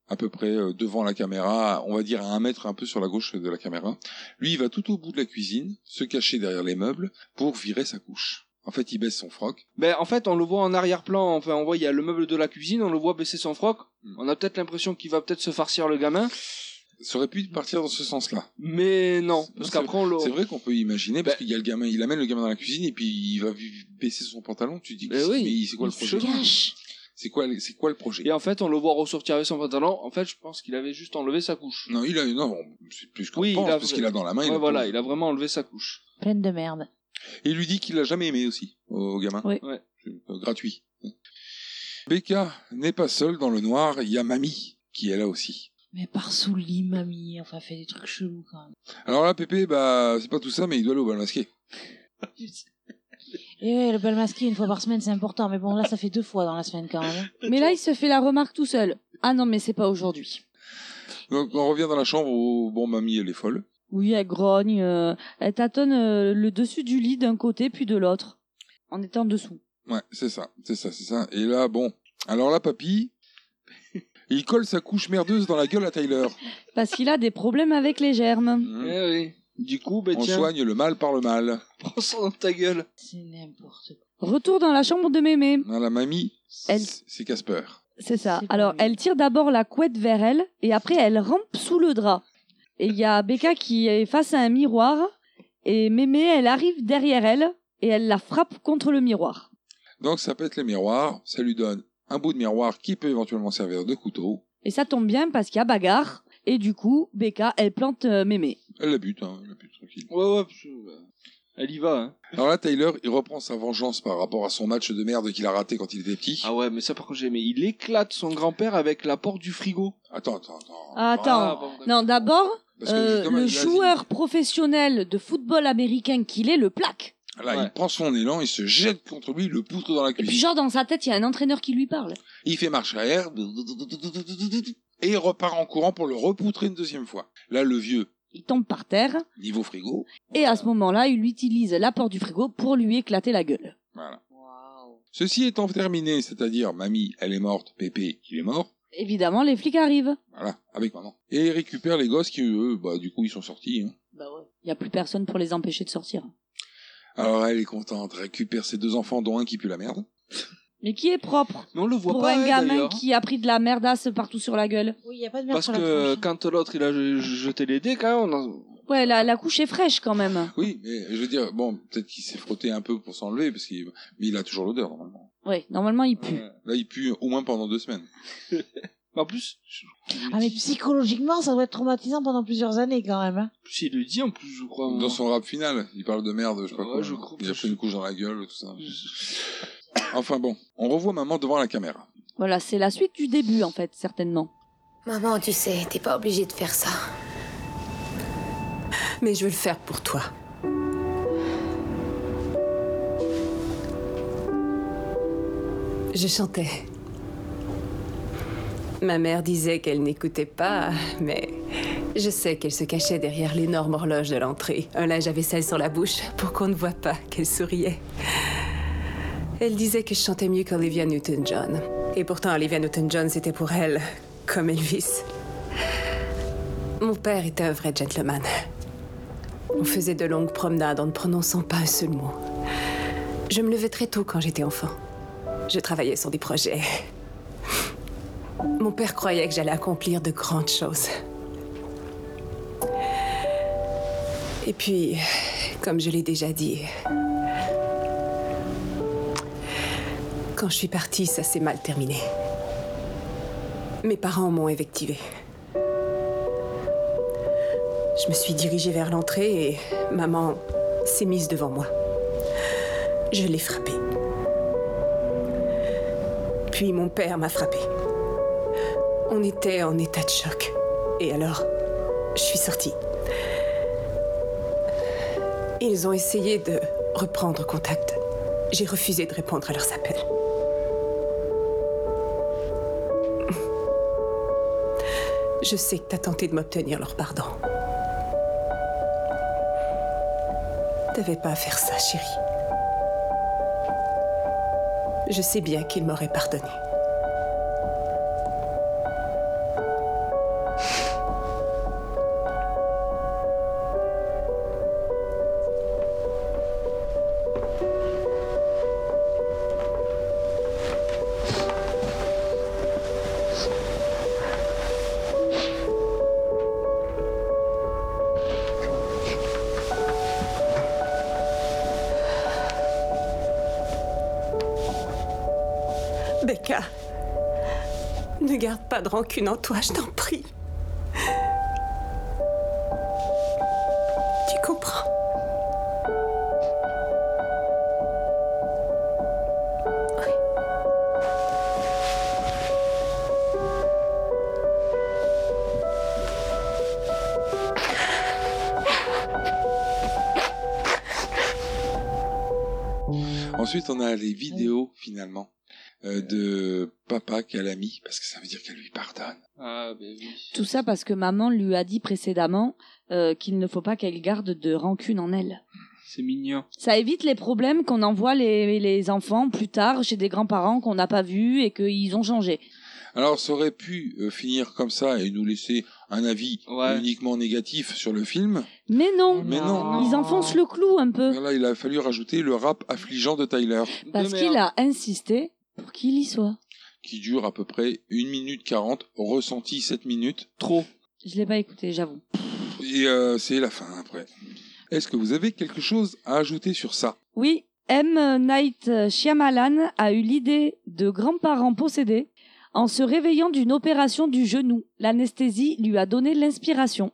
à peu près euh, devant la caméra, on va dire à un mètre un peu sur la gauche de la caméra. Lui il va tout au bout de la cuisine, se cacher derrière les meubles pour virer sa couche. En fait il baisse son froc Ben, en fait, on le voit en arrière-plan. Enfin, on voit, il y a le meuble de la cuisine, on le voit baisser son froc. Hmm. On a peut-être l'impression qu'il va peut-être se farcir le gamin. Ça aurait pu partir dans ce sens-là. Mais non, parce C'est- qu'après, on le. Bah- C'est vrai qu'on peut imaginer parce qu'il y a le gamin, il amène le gamin dans la cuisine et puis il va vi- baisser son pantalon. Tu te dis, qu'est-ce- mais c'est quoi le Bah il projet se cache. C'est quoi, le- c'est quoi le projet Et en fait, on le voit ressortir avec son pantalon. En fait, je pense qu'il avait juste enlevé sa couche. Non, il a, non, c'est plus qu'on Oui, pense il a- parce qu'il a dans la main. Ouais, a- voilà, il a vraiment enlevé sa couche. Pleine de merde. Et il lui dit qu'il l'a jamais aimé aussi au au gamin. Oui. Ouais. Euh, gratuit. Becca n'est pas seule dans le noir. Il y a mamie qui est là aussi. Mais par sous le lit, mamie. Enfin, fait des trucs chelous quand même. Alors là, Pépé, bah, c'est pas tout ça, mais il doit aller au bal masqué. Et ouais, le bal masqué une fois par semaine, c'est important. Mais bon, là, ça fait deux fois dans la semaine quand même. Mais là, il se fait la remarque tout seul. Ah non, mais c'est pas aujourd'hui. Donc, on revient dans la chambre où, bon, mamie, elle est folle. Oui, elle grogne. euh, elle tâtonne euh, le dessus du lit d'un côté puis de l'autre, en étant dessous. Ouais, c'est ça, c'est ça, c'est ça. Et là, bon. Alors là, papy, il colle sa couche merdeuse dans la gueule à Tyler. Hein Parce qu'il a des problèmes avec les germes. Eh oui. Du coup, ben On tiens, soigne le mal par le mal. prends ça dans ta gueule. Retour dans la chambre de mémé. Hein, la mamie, Elle- c'est c'est Casper. C'est ça. Alors, elle tire d'abord la couette vers elle et après, elle rampe sous le drap. Et il y a Becca qui est face à un miroir et Mémé, elle arrive derrière elle et elle la frappe contre le miroir. Donc ça pète les miroirs, ça lui donne un bout de miroir qui peut éventuellement servir de couteau. Et ça tombe bien parce qu'il y a bagarre et du coup, Becca, elle plante euh, Mémé. Elle la bute, hein, elle la bute tranquille. Ouais, ouais, parce que, euh, elle y va. Hein. Alors là, Tyler, il reprend sa vengeance par rapport à son match de merde qu'il a raté quand il était petit. Ah ouais, mais ça par contre j'ai aimé. Il éclate son grand-père avec la porte du frigo. Attends, attends, attends. Ah, Attends, bon, non, d'abord, Parce que euh, justement, le vas-y. joueur professionnel de football américain qu'il est le plaque. Là, il prend son élan, il se jette contre lui, il le poutre dans la Et puis cuisine. genre dans sa tête, il y a un entraîneur qui lui parle. Il fait marche arrière et il repart en courant pour le repoutrer une deuxième fois. Là, le vieux, Il tombe par terre niveau frigo, et à ce moment-là, il utilise la porte du frigo pour lui éclater la gueule. voilà. Ceci étant terminé, c'est-à-dire mamie, elle est morte, pépé, il est mort, Évidemment, les flics arrivent. voilà, avec maman. Et il récupère les gosses qui, eux, bah, du coup, ils sont sortis. hein. Bah Il n'y a plus personne pour les empêcher de sortir. Alors, elle est contente, récupère ses deux enfants, dont un qui pue la merde. Mais qui est propre Mais on le voit pour pas un elle, gamin d'ailleurs. qui a pris de la merdasse partout sur la gueule. Oui, il n'y a pas de merde Parce sur la que quand l'autre il a je- je- jeté les dés, quand même, on en- Ouais, la, la couche est fraîche quand même. Oui, mais je veux dire, bon, peut-être qu'il s'est frotté un peu pour s'enlever, parce qu'il, mais il a toujours l'odeur, normalement. Ouais, normalement il pue. Là, il pue au moins pendant deux semaines. en plus, Ah, mais psychologiquement, ça doit être traumatisant pendant plusieurs années quand même. hein. en plus, il le dit en plus, je crois. hein. Dans son rap final, il parle de merde, je sais pas Ouais, quoi. je crois. Il a pris une couche dans la gueule, tout ça. Enfin bon, on revoit maman devant la caméra. Voilà, c'est la suite du début en fait, certainement. Maman, tu sais, t'es pas obligée de faire ça. Mais je veux le faire pour toi. Je chantais. Ma mère disait qu'elle n'écoutait pas, mais je sais qu'elle se cachait derrière l'énorme horloge de l'entrée, un linge à vaisselle sur la bouche pour qu'on ne voit pas qu'elle souriait. Elle disait que je chantais mieux qu'Olivia Newton-John. Et pourtant, Olivia Newton-John, c'était pour elle comme Elvis. Mon père était un vrai gentleman. On faisait de longues promenades en ne prononçant pas un seul mot. Je me levais très tôt quand j'étais enfant. Je travaillais sur des projets. Mon père croyait que j'allais accomplir de grandes choses. Et puis, comme je l'ai déjà dit, quand je suis partie, ça s'est mal terminé. Mes parents m'ont évectivée. Je me suis dirigée vers l'entrée et maman s'est mise devant moi. Je l'ai frappée. Puis mon père m'a frappée. On était en état de choc. Et alors, je suis sortie. Ils ont essayé de reprendre contact. J'ai refusé de répondre à leurs appels. Je sais que t'as tenté de m'obtenir leur pardon. T'avais pas à faire ça, chérie. Je sais bien qu'ils m'auraient pardonné. Becca, ne garde pas de rancune en toi, je t'en prie. Tu comprends Ensuite, on a les vidéos, finalement, euh, de papa qu'elle a mis, parce que ça veut dire qu'elle lui pardonne. Ah, ben oui. Tout ça parce que maman lui a dit précédemment euh, qu'il ne faut pas qu'elle garde de rancune en elle. C'est mignon. Ça évite les problèmes qu'on envoie les, les enfants plus tard chez des grands-parents qu'on n'a pas vus et qu'ils ont changé. Alors, ça aurait pu euh, finir comme ça et nous laisser un avis uniquement négatif sur le film. Mais non, Mais non. ils enfoncent le clou un peu Là, il a fallu rajouter le rap affligeant de Tyler, parce De qu'il a insisté pour qu'il y soit. qui dure à peu près 1 minute 40, ressenti 7 minutes. Trop. Je l'ai pas écouté, j'avoue. Et euh, c'est la fin après. Est-ce que vous avez quelque chose à ajouter sur ça Oui, M. Night Shyamalan a eu l'idée de grands-parents possédés en se réveillant d'une opération du genou. L'anesthésie lui a donné l'inspiration.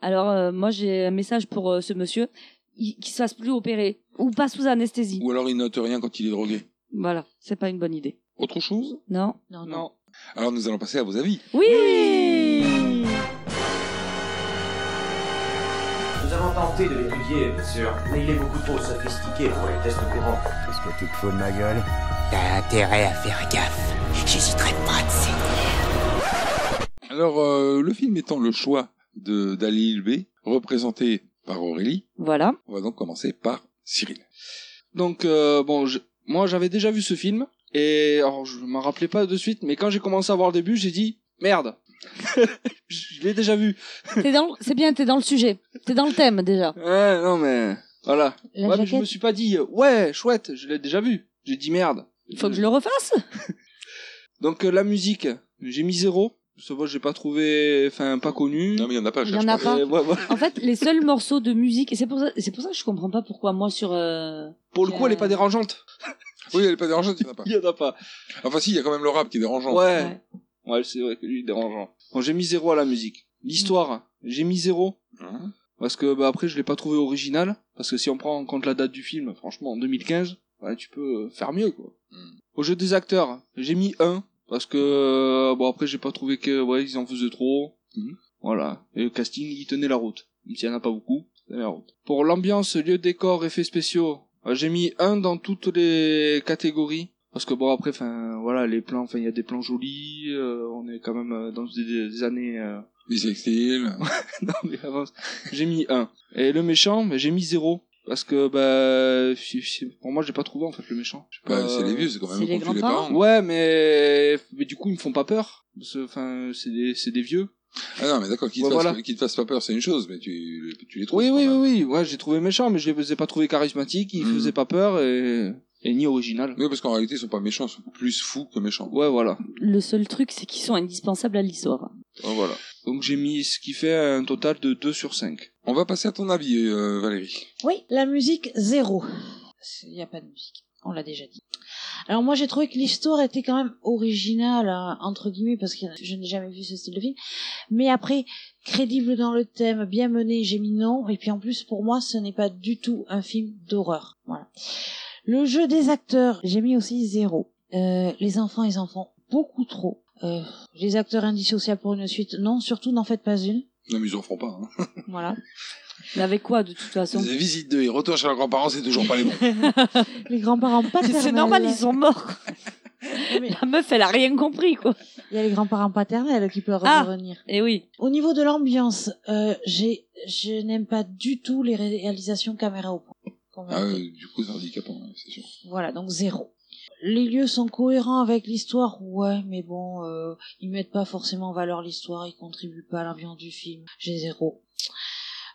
Alors, euh, moi, j'ai un message pour euh, ce monsieur Il- qu'il ne se fasse plus opérer ou pas sous anesthésie. Ou alors il note rien quand il est drogué Voilà, c'est pas une bonne idée. Autre chose Non Non, non. Alors nous allons passer à vos avis. Oui, Nous avons tenté de l'étudier, bien sûr, mais il est beaucoup trop sophistiqué pour les tests courants. Qu'est-ce que tu te fous de ma gueule T'as intérêt à faire gaffe. J'hésiterai pas de Alors euh, le film étant le choix de d'Ali B, représenté par Aurélie. Voilà. On va donc commencer par Cyril. Donc, euh, bon, je- moi j'avais déjà vu ce film, et alors je m'en rappelais pas de suite, mais quand j'ai commencé à voir le début, j'ai dit merde, je l'ai déjà vu. T'es dans- c'est bien, t'es dans le sujet, t'es dans le thème déjà. Ouais, non mais voilà. La ouais, mais je jaquette. me suis pas dit euh, ouais, chouette, je l'ai déjà vu. J'ai dit merde. Faut que je le refasse. Donc euh, la musique, j'ai mis zéro. Ça va, j'ai pas trouvé, enfin pas connu. Non mais il y en a pas. Il y cherche en a pas. pas. Ouais, voilà. En fait, les seuls morceaux de musique, et c'est pour ça, c'est pour ça que je comprends pas pourquoi moi sur. euh, Pour le coup, elle est pas dérangeante. Oui, elle est pas dérangeante, il n'y en a pas. Il y en a pas. Enfin si, il y a quand même le rap qui est dérangeant. Ouais. Ouais, c'est vrai que lui il est dérangeant. Bon, j'ai mis zéro à la musique. L'histoire, j'ai mis zéro. Mhm. Parce que bah, après, je l'ai pas trouvé original. Parce que si on prend en compte la date du film, bah, franchement, en 2015, ouais, tu peux euh, faire mieux, quoi. Au jeu des acteurs, j'ai mis 1. Parce que, euh, bon, après, j'ai pas trouvé que, ouais, ils en faisaient trop. Voilà. Et le casting, il tenait la route. Même s'il y en a pas beaucoup, il tenait la route. Pour l'ambiance, lieu de décor, effets spéciaux, euh, j'ai mis un dans toutes les catégories. Parce que bon, après, enfin, voilà, les plans, enfin, il y a des plans jolis, euh, on est quand même euh, dans des, des années... Euh... non, mais avance. J'ai mis un. Et le méchant, ben, j'ai mis zéro. Parce que, bah, fi- fi- pour moi, j'ai pas trouvé, en fait, le méchant. Je sais Bah, pas, euh, c'est les vieux, c'est quand même C'est les qu'on tue les grands-parents. parents. Ouais, mais, mais du coup, ils me font pas peur. Parce que, Enfin, c'est des, c'est des vieux. Ah non, mais d'accord, qu'ils te, Ouais, fassent- voilà. qu'ils te fassent pas peur, c'est une chose, mais tu, tu les trouves. Oui, oui, oui, oui. Ouais, j'ai trouvé méchant, mais je les ai pas trouvé charismatiques, ils faisaient pas peur et, et ni original. Hmm. Oui, parce qu'en réalité, ils sont pas méchants, ils sont plus fous que méchants. Ouais, voilà. Le seul truc, c'est qu'ils sont indispensables à l'histoire. Oh, Donc, voilà. Donc j'ai mis ce qui fait un total de 2 sur 5. On va passer à ton avis, euh, Valérie. Oui, la musique zéro. Il n'y a pas de musique, on l'a déjà dit. Alors moi j'ai trouvé que l'histoire était quand même originale, hein, entre guillemets, parce que je n'ai jamais vu ce style de film. Mais après, crédible dans le thème, bien mené, j'ai mis non. Et puis en plus pour moi ce n'est pas du tout un film d'horreur. Voilà. Le jeu des acteurs, j'ai mis aussi zéro. Euh, les enfants, ils en font beaucoup trop. Euh, les acteurs indissociables pour une suite, non, surtout n'en faites pas une. Non, mais ils en feront pas. Hein. Voilà. Mais avec quoi de toute façon Les visites de et retour chez leurs grands-parents, c'est toujours pas les bons. Les grands-parents paternels. C'est normal, ils sont morts. La meuf, elle a rien compris, quoi. Il y a les grands-parents paternels qui peuvent Ah, revenir. Et oui. Au niveau de l'ambiance, euh, j'ai, je n'aime pas du tout les réalisations caméra au point. Quand même. Ah, ouais, du coup, c'est handicapant, ouais, c'est sûr. Voilà, donc zéro. Les lieux sont cohérents avec l'histoire, ouais, mais bon, euh, ils mettent pas forcément en valeur l'histoire, ils contribuent pas à l'ambiance du film. J'ai zéro.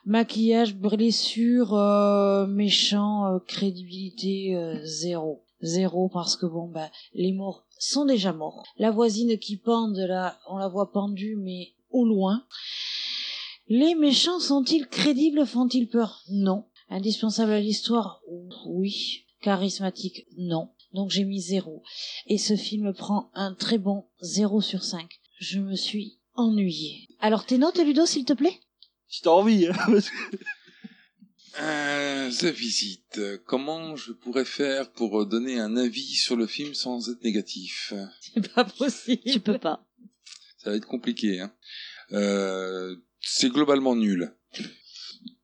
Maquillage, blessure, euh, méchant, euh, crédibilité, euh, zéro. Zéro parce que bon, bah, les morts sont déjà morts. La voisine qui pend, là, on la voit pendue, mais au loin. Les méchants sont-ils crédibles Font-ils peur Non. Indispensables à l'histoire Oui. Charismatiques Non. Donc j'ai mis zéro. Et ce film prend un très bon 0 sur 5. Je me suis ennuyée. Alors tes notes, Ludo, s'il te plaît Si t'as envie, hein, parce que- Euh, The Visit. Euh, Comment je pourrais faire pour euh, donner un avis sur le film sans être négatif C'est pas possible. Tu peux pas. Ça va être compliqué. Hein. Euh, c'est globalement nul.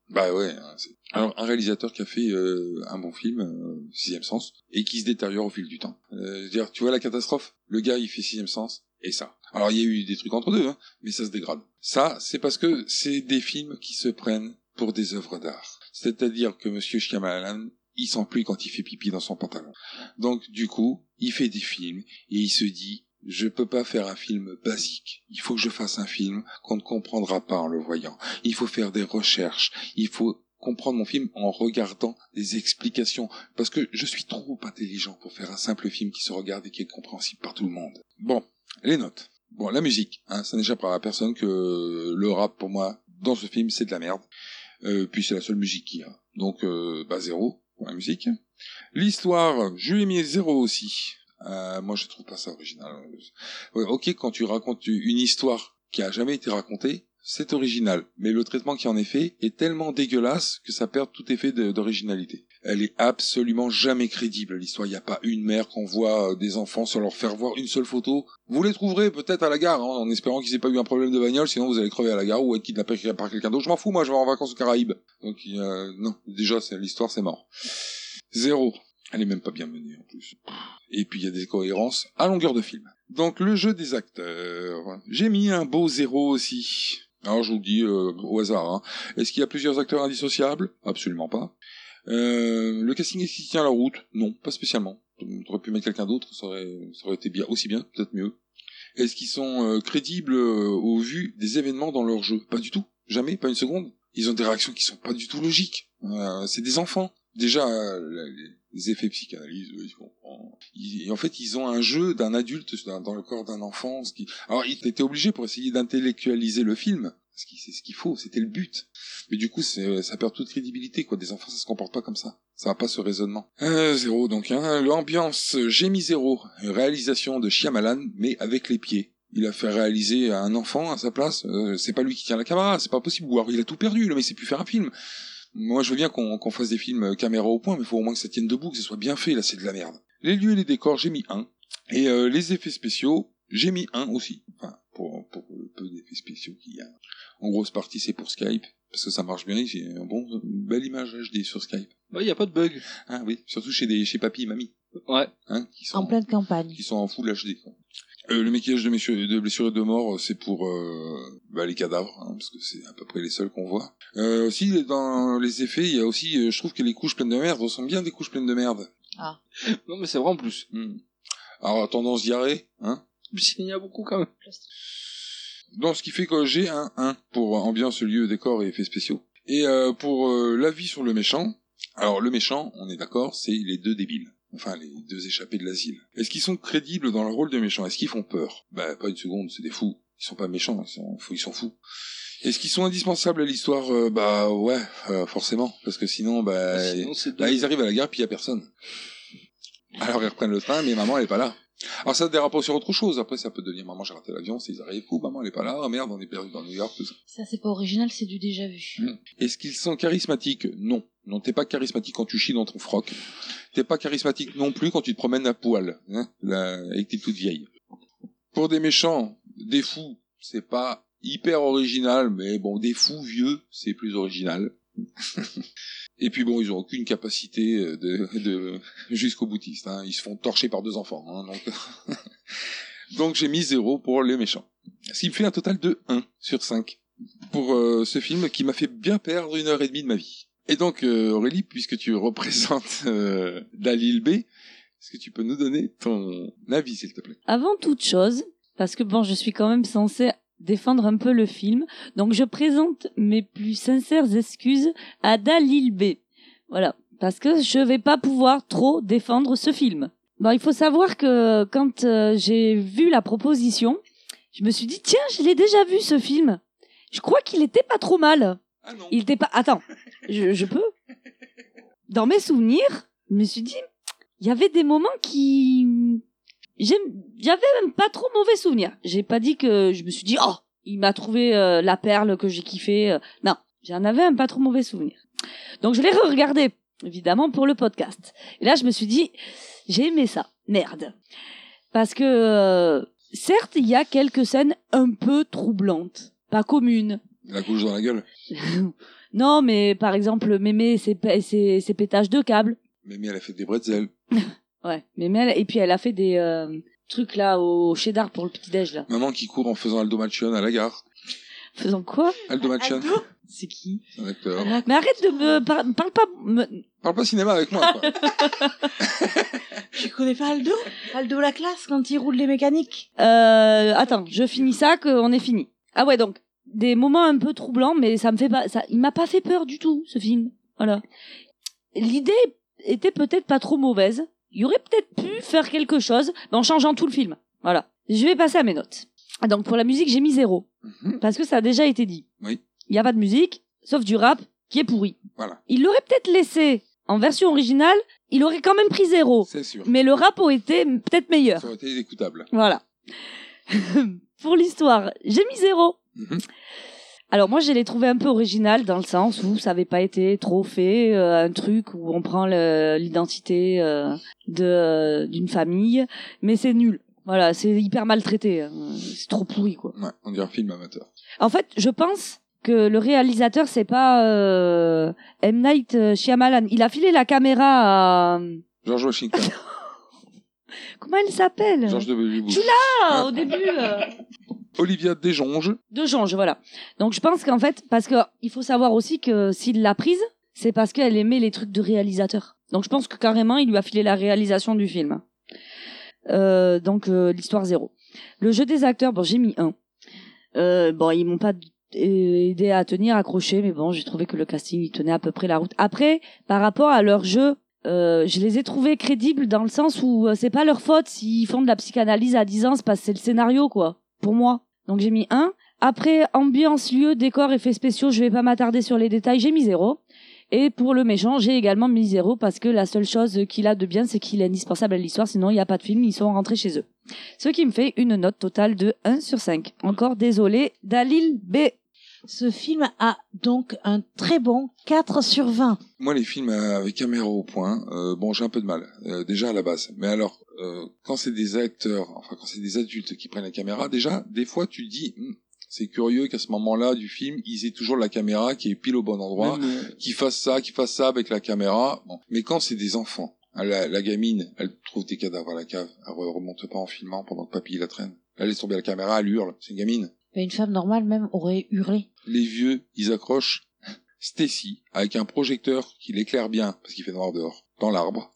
Bah ouais. hein, c'est- Alors un réalisateur qui a fait euh, un bon film, euh, Sixième Sens, et qui se détériore au fil du temps. Euh, je veux dire, tu vois la catastrophe Le gars, il fait Sixième Sens et ça. Alors il y a eu des trucs entre deux, hein, mais ça se dégrade. Ça, c'est parce que c'est des films qui se prennent pour des œuvres d'art. C'est-à-dire que Monsieur Shyamalan, il s'en plie quand il fait pipi dans son pantalon. Donc du coup, il fait des films et il se dit je peux pas faire un film basique. Il faut que je fasse un film qu'on ne comprendra pas en le voyant. Il faut faire des recherches. Il faut comprendre mon film en regardant des explications parce que je suis trop intelligent pour faire un simple film qui se regarde et qui est compréhensible par tout le monde. Bon, les notes. Bon, la musique, hein, ça n'échappera à personne que le rap pour moi dans ce film c'est de la merde. Euh, puis c'est la seule musique qu'il y a. Donc euh, bah zéro pour la musique. L'histoire, je lui ai mis zéro aussi. Euh, moi, je trouve pas ça original. Ouais, ok, quand tu racontes une histoire qui a jamais été racontée, c'est original. Mais le traitement qui en est fait est tellement dégueulasse que ça perd tout effet de- d'originalité. Elle est absolument jamais crédible, l'histoire. Il n'y a pas une mère qu'on voit euh, des enfants sans leur faire voir une seule photo. Vous les trouverez peut-être à la gare, hein, en espérant qu'ils aient pas eu un problème de bagnole, sinon vous allez crever à la gare ou être kidnappé par quelqu'un d'autre. Je m'en fous, moi, je vais en vacances aux Caraïbes. Donc, euh, non, déjà, c'est- l'histoire, c'est mort. Zéro. Elle est même pas bien menée en plus. Et puis il y a des cohérences à longueur de film. Donc le jeu des acteurs. J'ai mis un beau zéro aussi. Alors je vous le dis euh, au hasard. hein. Est-ce qu'il y a plusieurs acteurs indissociables Absolument pas. Euh, le casting est-ce qu'il tient la route Non, pas spécialement. On aurait pu mettre quelqu'un d'autre, ça aurait, ça aurait été bien, aussi bien, peut-être mieux. Est-ce qu'ils sont euh, crédibles euh, au vu des événements dans leur jeu Pas du tout. Jamais, pas une seconde. Ils ont des réactions qui sont pas du tout logiques. Euh, c'est des enfants. Déjà, euh, les- les effets psychanalyse, oui, je comprends. Ils- en fait, ils ont un jeu d'un adulte dans dans le corps d'un enfant. Ce qui... Alors, ils étaient obligés pour essayer d'intellectualiser le film. Ce qui- C'est ce qu'il faut, c'était le but. Mais du coup, c'est- ça perd toute crédibilité. quoi. Des enfants, ça se comporte pas comme ça. Ça n'a pas ce raisonnement. Euh, zéro donc. Hein. L'ambiance, euh, j'ai mis zéro. Réalisation de Shyamalan, mais avec les pieds. Il a fait réaliser à un enfant à sa place. Euh, c'est pas lui qui tient la caméra, c'est pas possible. Ou alors il a tout perdu, le mec sait plus faire un film. Moi, je veux bien qu'on qu'on fasse des films euh, caméra au point, mais il faut au moins que ça tienne debout, que ce soit bien fait. Là, c'est de la merde. Les lieux et les décors, j'ai mis un. Et euh, les effets spéciaux, J'ai mis un aussi, enfin, pour, pour le peu d'effets spéciaux qu'il y a. En grosse partie, c'est pour Skype, parce que ça marche bien, j'ai un bon, une belle image HD sur Skype. Ouais, Bah, y a pas de bug. Ah oui, surtout chez des, chez papy et mamie. Ouais. Hein, qui sont, En pleine campagne. qui sont en full HD. quoi. Euh, le maquillage de, messieurs- de blessures et de morts, c'est pour euh, bah, les cadavres, hein, parce que c'est à peu près les seuls qu'on voit. Euh, aussi, dans les effets, il y a aussi, euh, je trouve que les couches pleines de merde ressemblent bien à des couches Hmm. pleines de merde. Ah. Non, mais c'est vrai en plus. Alors, tendance diarrhée, hein Il y en a beaucoup quand même. Donc, ce qui fait que j'ai un 1 pour ambiance, lieu, décor et effets spéciaux. Et euh, pour euh, l'avis sur le méchant, alors le méchant, on est d'accord, c'est les deux débiles. Enfin, les deux échappés de l'asile. Est-ce qu'ils sont crédibles dans leur rôle de méchant Est-ce qu'ils font peur Bah, pas une seconde, c'est des fous. Ils sont pas méchants, ils sont, fous- ils sont fous. Est-ce qu'ils sont indispensables à l'histoire Euh, Bah ouais, euh, forcément. Parce que sinon, bah, Sinon, c'est bah, dingue. ils arrivent à la gare puis il y a personne. Alors ils reprennent le train, mais maman elle est pas là. Alors ça dérape sur autre chose. Après ça peut devenir maman j'ai raté l'avion, s'ils arrivent, oh maman elle est pas là, oh, merde on est perdu dans New York, tout ça. Ça, c'est pas original, c'est du déjà vu. Hmm. Est-ce qu'ils sont charismatiques Non. Non, t'es pas charismatique quand tu chies dans ton froc. T'es pas charismatique non plus quand tu te promènes à poil, hein, là, et que t'es toute vieille. Pour des méchants, des fous, c'est pas hyper original, mais bon, des fous vieux, c'est plus original. et puis bon, ils ont aucune capacité euh, de, de jusqu'au boutiste. hein. Ils se font torcher par deux enfants. hein, donc donc j'ai mis zéro pour les méchants. Ce qui me fait un total de 1 sur 5 pour euh, ce film qui m'a fait bien perdre une heure et demie de ma vie. Et donc, euh, Aurélie, puisque tu représentes euh, Dalil B, est-ce que tu peux nous donner ton avis, s'il te plaît Avant toute chose, parce que bon, je suis quand même censée défendre un peu le film, donc je présente mes plus sincères excuses à Dalil B. Voilà, parce que je vais pas pouvoir trop défendre ce film. Bon, il faut savoir que quand euh, j'ai vu la proposition, je me suis dit tiens, je l'ai déjà vu ce film. Je crois qu'il était pas trop mal. Il était pas. Attends, je, je peux. Dans mes souvenirs, je me suis dit il y avait des moments qui J'aime- j'avais même pas trop mauvais souvenir. J'ai pas dit que je me suis dit oh il m'a trouvé euh, la perle que j'ai kiffé. euh. non, j'en avais un pas trop mauvais souvenir. Donc je l'ai regardé évidemment pour le podcast. Et là je me suis dit j'ai aimé ça. Merde. Parce que euh, certes il y a quelques scènes un peu troublantes, pas communes. La couche dans la gueule Non mais par exemple Mémé et ses, pe- et ses- ses pétages de câbles. Mémé, elle a fait des bretzels. Ouais. Mémé elle- et puis elle a fait des euh, trucs là au cheddar pour le petit déj là. Maman qui court en faisant Aldo Malchion à la gare. Faisant quoi Aldo Malchion C'est qui Un acteur. Mais arrête de me par- parle pas. me- Parle pas cinéma avec moi, quoi. Tu connais pas Aldo Aldo la classe quand il roule les mécaniques. Euh, attends, je finis ça, qu'on est fini. Ah ouais, donc des moments un peu troublants, mais ça me fait pas. Ça, il m'a pas fait peur du tout ce film. Voilà. L'idée était peut-être pas trop mauvaise. Il y aurait peut-être pu faire quelque chose, mais en changeant tout le film. Voilà. Je vais passer à mes notes. Ah, Donc pour la musique, j'ai mis zéro parce que ça a déjà été dit. Mhm. Oui. Il y a pas de musique, sauf du rap qui est pourri. Voilà. Il l'aurait peut-être laissé en version originale, il aurait quand même pris zéro. C'est sûr. Mais le rap aurait été peut-être meilleur. Ça aurait été écoutable. Voilà. Pour l'histoire, j'ai mis zéro. Mhm. Alors moi, je les trouvés un peu originales dans le sens où ça n'avait pas été trop fait, euh, un truc où on prend le- l'identité euh, de euh, d'une famille, mais c'est nul. Voilà, c'est hyper maltraité, hein. c'est trop pourri quoi. Ouais, on dirait un film amateur. En fait, je pense que le réalisateur, c'est pas euh, M Night Shyamalan. Il a filé la caméra à euh, George Washington. comment elle s'appelle George W. Bush. Ah. Tu l'as au début. euh. Olivia Desjonge. De Jonge, voilà. Donc je pense qu'en fait, parce que il faut savoir aussi que s'il l'a prise, c'est parce qu'elle aimait les trucs de réalisateur. Donc je pense que carrément, il lui a filé la réalisation du film. Euh, donc euh, l'histoire zéro. Le jeu des acteurs, bon j'ai mis un. Euh, bon ils m'ont pas euh, aidé à tenir, accroché, mais bon j'ai trouvé que le casting il tenait à peu près la route. Après, par rapport à leur jeu, euh, je les ai trouvés crédibles dans le sens où euh, c'est pas leur faute s'ils font de la psychanalyse à 10 ans, c'est parce que c'est le scénario quoi, pour moi. Donc j'ai mis un. Après ambiance, lieu, décor, effets spéciaux, je vais pas m'attarder sur les détails, j'ai mis zéro. Et pour le méchant, j'ai également mis zéro parce que la seule chose qu'il a de bien, c'est qu'il est indispensable à l'histoire, sinon il n'y a pas de film, ils sont rentrés chez eux. Ce qui me fait une note totale de 1 sur 5. Encore désolé, Dalil B. Ce film a donc un très bon 4 sur 20. Moi, les films euh, avec caméra au point, euh, bon, j'ai un peu de mal, euh, déjà à la base. Mais alors, euh, quand c'est des acteurs, enfin, quand c'est des adultes qui prennent la caméra, déjà, des fois, tu dis, Hmm, c'est curieux qu'à ce moment-là du film, ils aient toujours la caméra qui est pile au bon endroit, Même, euh, qu'ils fassent ça, qu'ils fassent ça avec la caméra. Bon. Mais quand c'est des enfants, hein, la, la gamine, elle trouve des cadavres à la cave, elle re- remonte pas en filmant pendant que papy la traîne. Elle laisse tomber la caméra, elle hurle, c'est une gamine. Mais une femme normale même aurait hurlé. Les vieux, ils accrochent Stacy avec un projecteur qui l'éclaire bien, parce qu'il fait noir dehors, dans l'arbre.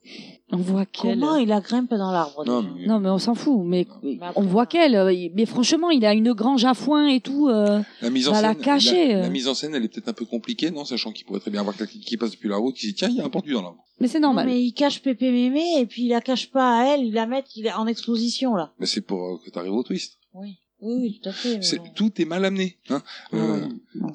On voit qu'elle. Comment il la grimpe dans l'arbre Non, déjà mais- Ah, Non, mais on s'en fout. Mais on voit qu'elle. euh, il- Mais franchement, il a une grange à foin et tout. euh, La mise en va scène, la cacher. la- euh. la mise en scène, elle est peut-être un peu compliquée, non Sachant qu'il pourrait très bien avoir quelqu'un qui passe depuis la route, qui dit tiens, il y a un pendu dans l'arbre. Mais c'est normal. Mais il cache Pépé Mémé et puis il la cache pas à elle, il la met il est en exposition là. Mais c'est pour euh, que tu arrives au twist. Oui, oui, oui, tout à fait. mais C'est- bon. Tout est mal amené. Hein Euh,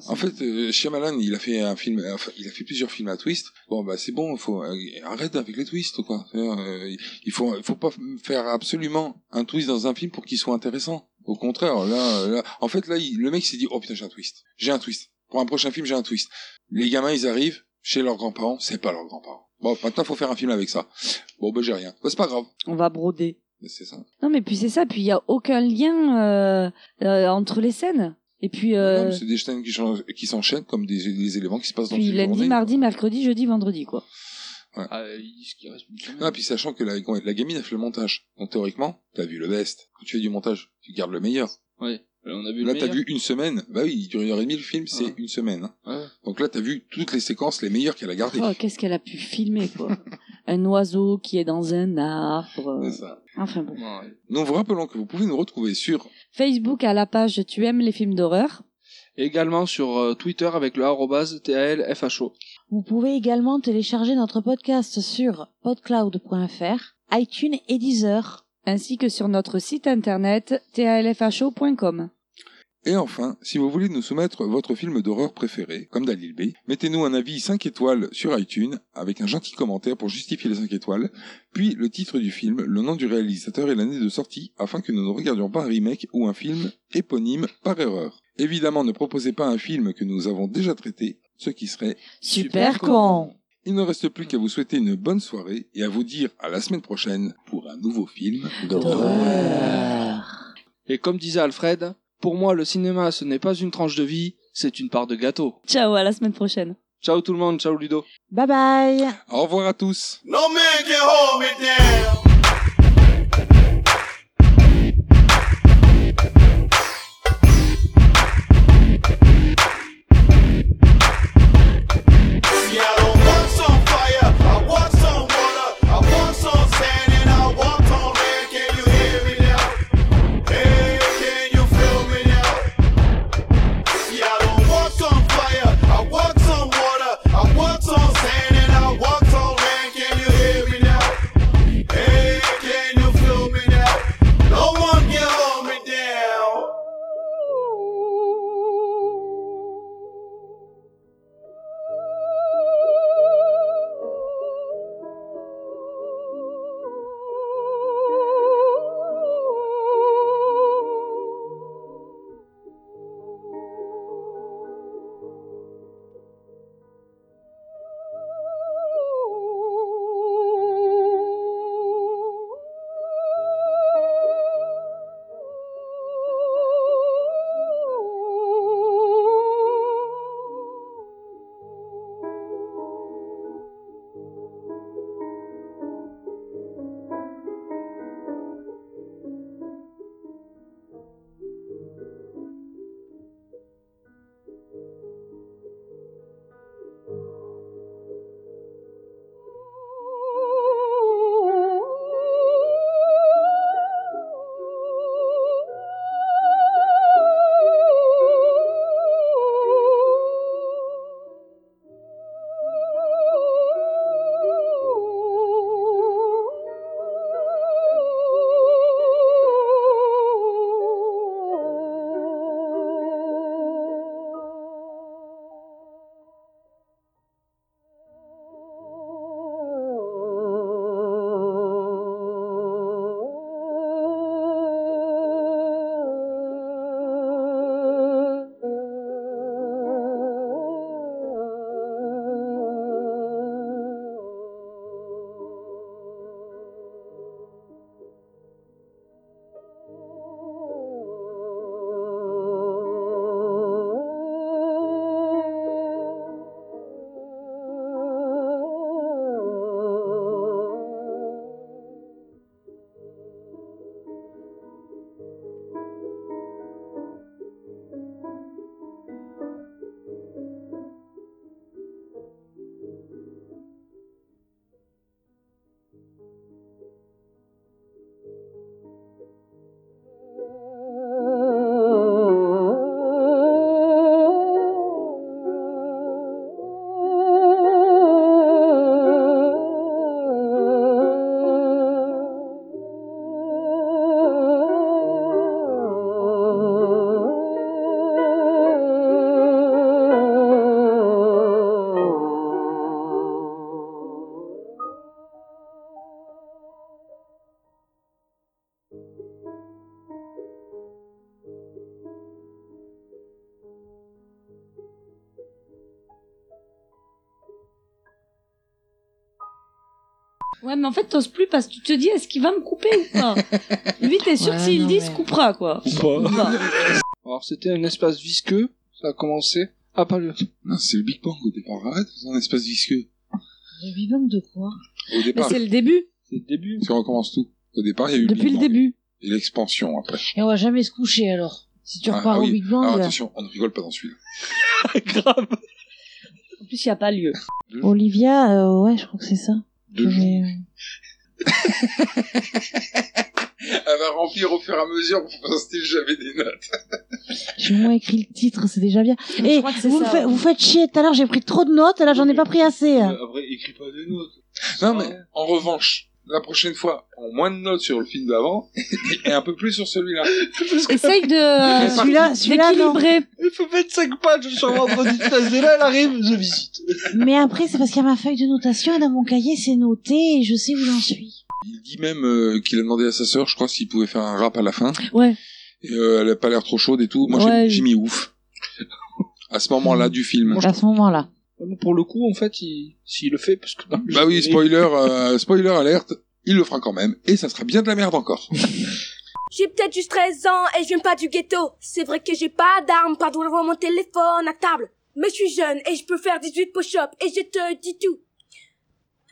en fait, euh, Shyamalan, il a fait un film, euh, enfin, il a fait plusieurs films à twist. Bon, bah c'est bon, faut euh, arrête avec les twists, quoi. C'est-à-dire, euh, il faut, il faut pas f- faire absolument un twist dans un film pour qu'il soit intéressant. Au contraire, là, euh, là- en fait, là, il- le mec s'est dit, oh putain, j'ai un twist, j'ai un twist. Pour un prochain film, j'ai un twist. Les gamins, ils arrivent chez leurs grands-parents, c'est pas leurs grands-parents. Bon, maintenant, faut faire un film avec ça. Bon, bah j'ai rien. Bah, c'est pas grave. On va broder. Mais c'est ça. Non, mais puis c'est ça. Puis il n'y a aucun lien euh, euh, entre les scènes. Et puis, euh, Non, mais C'est des chaînes qui changent- qui s'enchaînent comme des, des éléments qui se passent dans puis une lundi, journée. mardi, mercredi, jeudi, vendredi, quoi. Ah, puis sachant que la, la gamine a fait le montage. Donc théoriquement, t'as vu le best. Quand tu fais du montage, tu gardes le meilleur. Ouais. Alors, on a vu Là, le t'as meilleur. vu une semaine. Bah oui, il dure une heure et demie le film, c'est une semaine. hein. Ouais. Donc là, t'as vu toutes les séquences, les meilleures qu'elle a gardées. Oh, qu'est-ce qu'elle a pu filmer, quoi. un oiseau qui est dans un arbre. C'est ça. Enfin bon. Nous vous rappelons que vous pouvez nous retrouver sur Facebook à la page Tu aimes les films d'horreur. Également sur euh, Twitter avec le arrobase TALFHO. Vous pouvez également télécharger notre podcast sur podcloud.fr, iTunes et Deezer. Ainsi que sur notre site internet talfho.com. Et enfin, si vous voulez nous soumettre votre film d'horreur préféré, comme Dalil B, mettez-nous un avis 5 étoiles sur iTunes avec un gentil commentaire pour justifier les 5 étoiles, puis le titre du film, le nom du réalisateur et l'année de sortie afin que nous ne regardions pas un remake ou un film éponyme par erreur. Évidemment, ne proposez pas un film que nous avons déjà traité, ce qui serait Super con. Il ne reste plus qu'à vous souhaiter une bonne soirée et à vous dire à la semaine prochaine pour un nouveau film Ah. Et comme disait Alfred, pour moi, le cinéma, ce n'est pas une tranche de vie, c'est une part de gâteau. Ciao, à la semaine prochaine. Ciao tout le monde, ciao Ludo. Bye bye. Au revoir à tous. No man can hold me down. See, I don't walk on fire. I walk on water. I walk on sand and I walk on land. Can you hear me now? Hey, can you feel me now? See, I don't walk on fire. I walk on water. I walk on sand and I walk on land. Can you hear me now? Hey, Ouais, mais en fait, t'oses plus parce que tu te dis, est-ce qu'il va me couper ou pas Lui, t'es sûr Ouais, que s'il non, le dit, il mais- se coupera, quoi. Ou pas. Alors c'était un espace visqueux, ça a commencé. Ah pas le. Non, c'est le Big Bang au départ. Arrête, c'est un espace visqueux. Le Big Bang de quoi Au départ. c'est le début. C'est le début. Si on recommence tout. Au départ, il y a eu Depuis Big le Bang début. Et l'expansion après. Ah, Et on va jamais se coucher alors. Si tu repars au oui. Big Bang. Alors là. attention, on ne rigole pas dans celui-là. En plus, il n'y a pas lieu. Olivia, euh, ouais, je crois que c'est ça. Deux Mais, euh, Elle va remplir au fur et à mesure pour pas rester jamais des notes. euh, J'ai au moins écrit le titre, c'est déjà bien. Et crois que c'est vous, me ça, fa- ouais. vous faites chier, tout à l'heure j'ai pris trop de notes, là j'en ai pas pris assez. Euh, Après, écris pas des notes. Ah. Non, mais en revanche, la prochaine fois, on moins de notes sur le film d'avant et un peu plus sur celui-là. Essaye de. Mais euh, celui-là- celui-là, non. d'équilibrer. Il faut 25 pages sur vendredi 13 et là elle arrive, je visite. Mais après, c'est parce qu'il y a ma feuille de notation et dans mon cahier c'est noté et je sais où j'en suis. Il dit même euh, qu'il a demandé à sa sœur, je crois, s'il pouvait faire un rap à la fin. Ouais. Et euh, elle a pas l'air trop chaude et tout. Moi, j'ai- Ouais. j'ai mis ouf. À ce moment-là du film. à ce moment-là. Pour le coup en fait, il- s'il le fait parce que dans le Bah oui, spoiler, euh, spoiler alerte, il le fera quand même, et ça sera bien de la merde encore. J'ai peut-être juste 13 ans et je viens pas du ghetto. C'est vrai que j'ai pas d'armes, pardon d'avoir mon téléphone à table. Mais je suis jeune et je peux faire 18 push-ups et je te dis tout.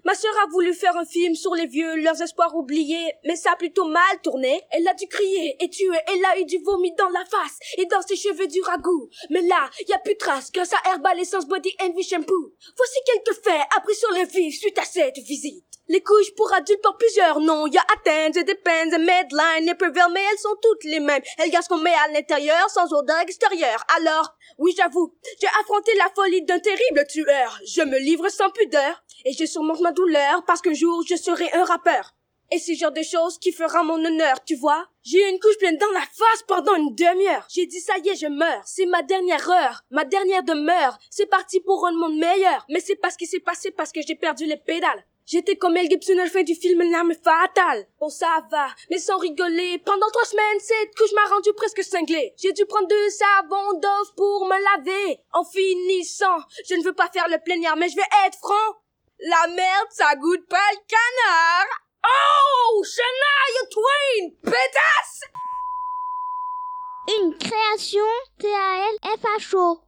Ma sœur a voulu faire un film sur les vieux, leurs espoirs oubliés, mais ça a plutôt mal tourné. Elle a dû crier et tuer, elle a eu du vomi dans la face et dans ses cheveux du ragoût. Mais là, y a plus de trace grâce à Herbal Essence Body Envy Shampoo. Voici quelques faits appris sur le vif suite à cette visite. Les couches pour adultes portent plusieurs noms. Y a Athens, et Depends, et Medline, et Prevail, mais elles sont toutes les mêmes. Elles gardent ce qu'on met à l'intérieur sans odeur extérieure. Alors, oui, j'avoue, j'ai affronté la folie d'un terrible tueur. Je me livre sans pudeur et je surmonte ma douleur parce qu'un jour je serai un rappeur. Et ce genre de choses qui fera mon honneur, tu vois. J'ai eu une couche pleine dans la face pendant une demi-heure. J'ai dit ça y est, je meurs. C'est ma dernière heure, ma dernière demeure. C'est parti pour un monde meilleur. Mais c'est pas ce qui s'est passé parce que j'ai perdu les pédales. J'étais comme Mel Gibson à la fin du film L'arme fatale. Bon, ça va, mais sans rigoler. Pendant trois semaines, cette couche m'a rendu presque cinglé. J'ai dû prendre deux savons d'off pour me laver. En finissant, je ne veux pas faire le plaignard, mais je vais être franc. La merde, ça goûte pas le canard. Oh, Shania Twain, pétasse Une création T-A-L-F-H-O.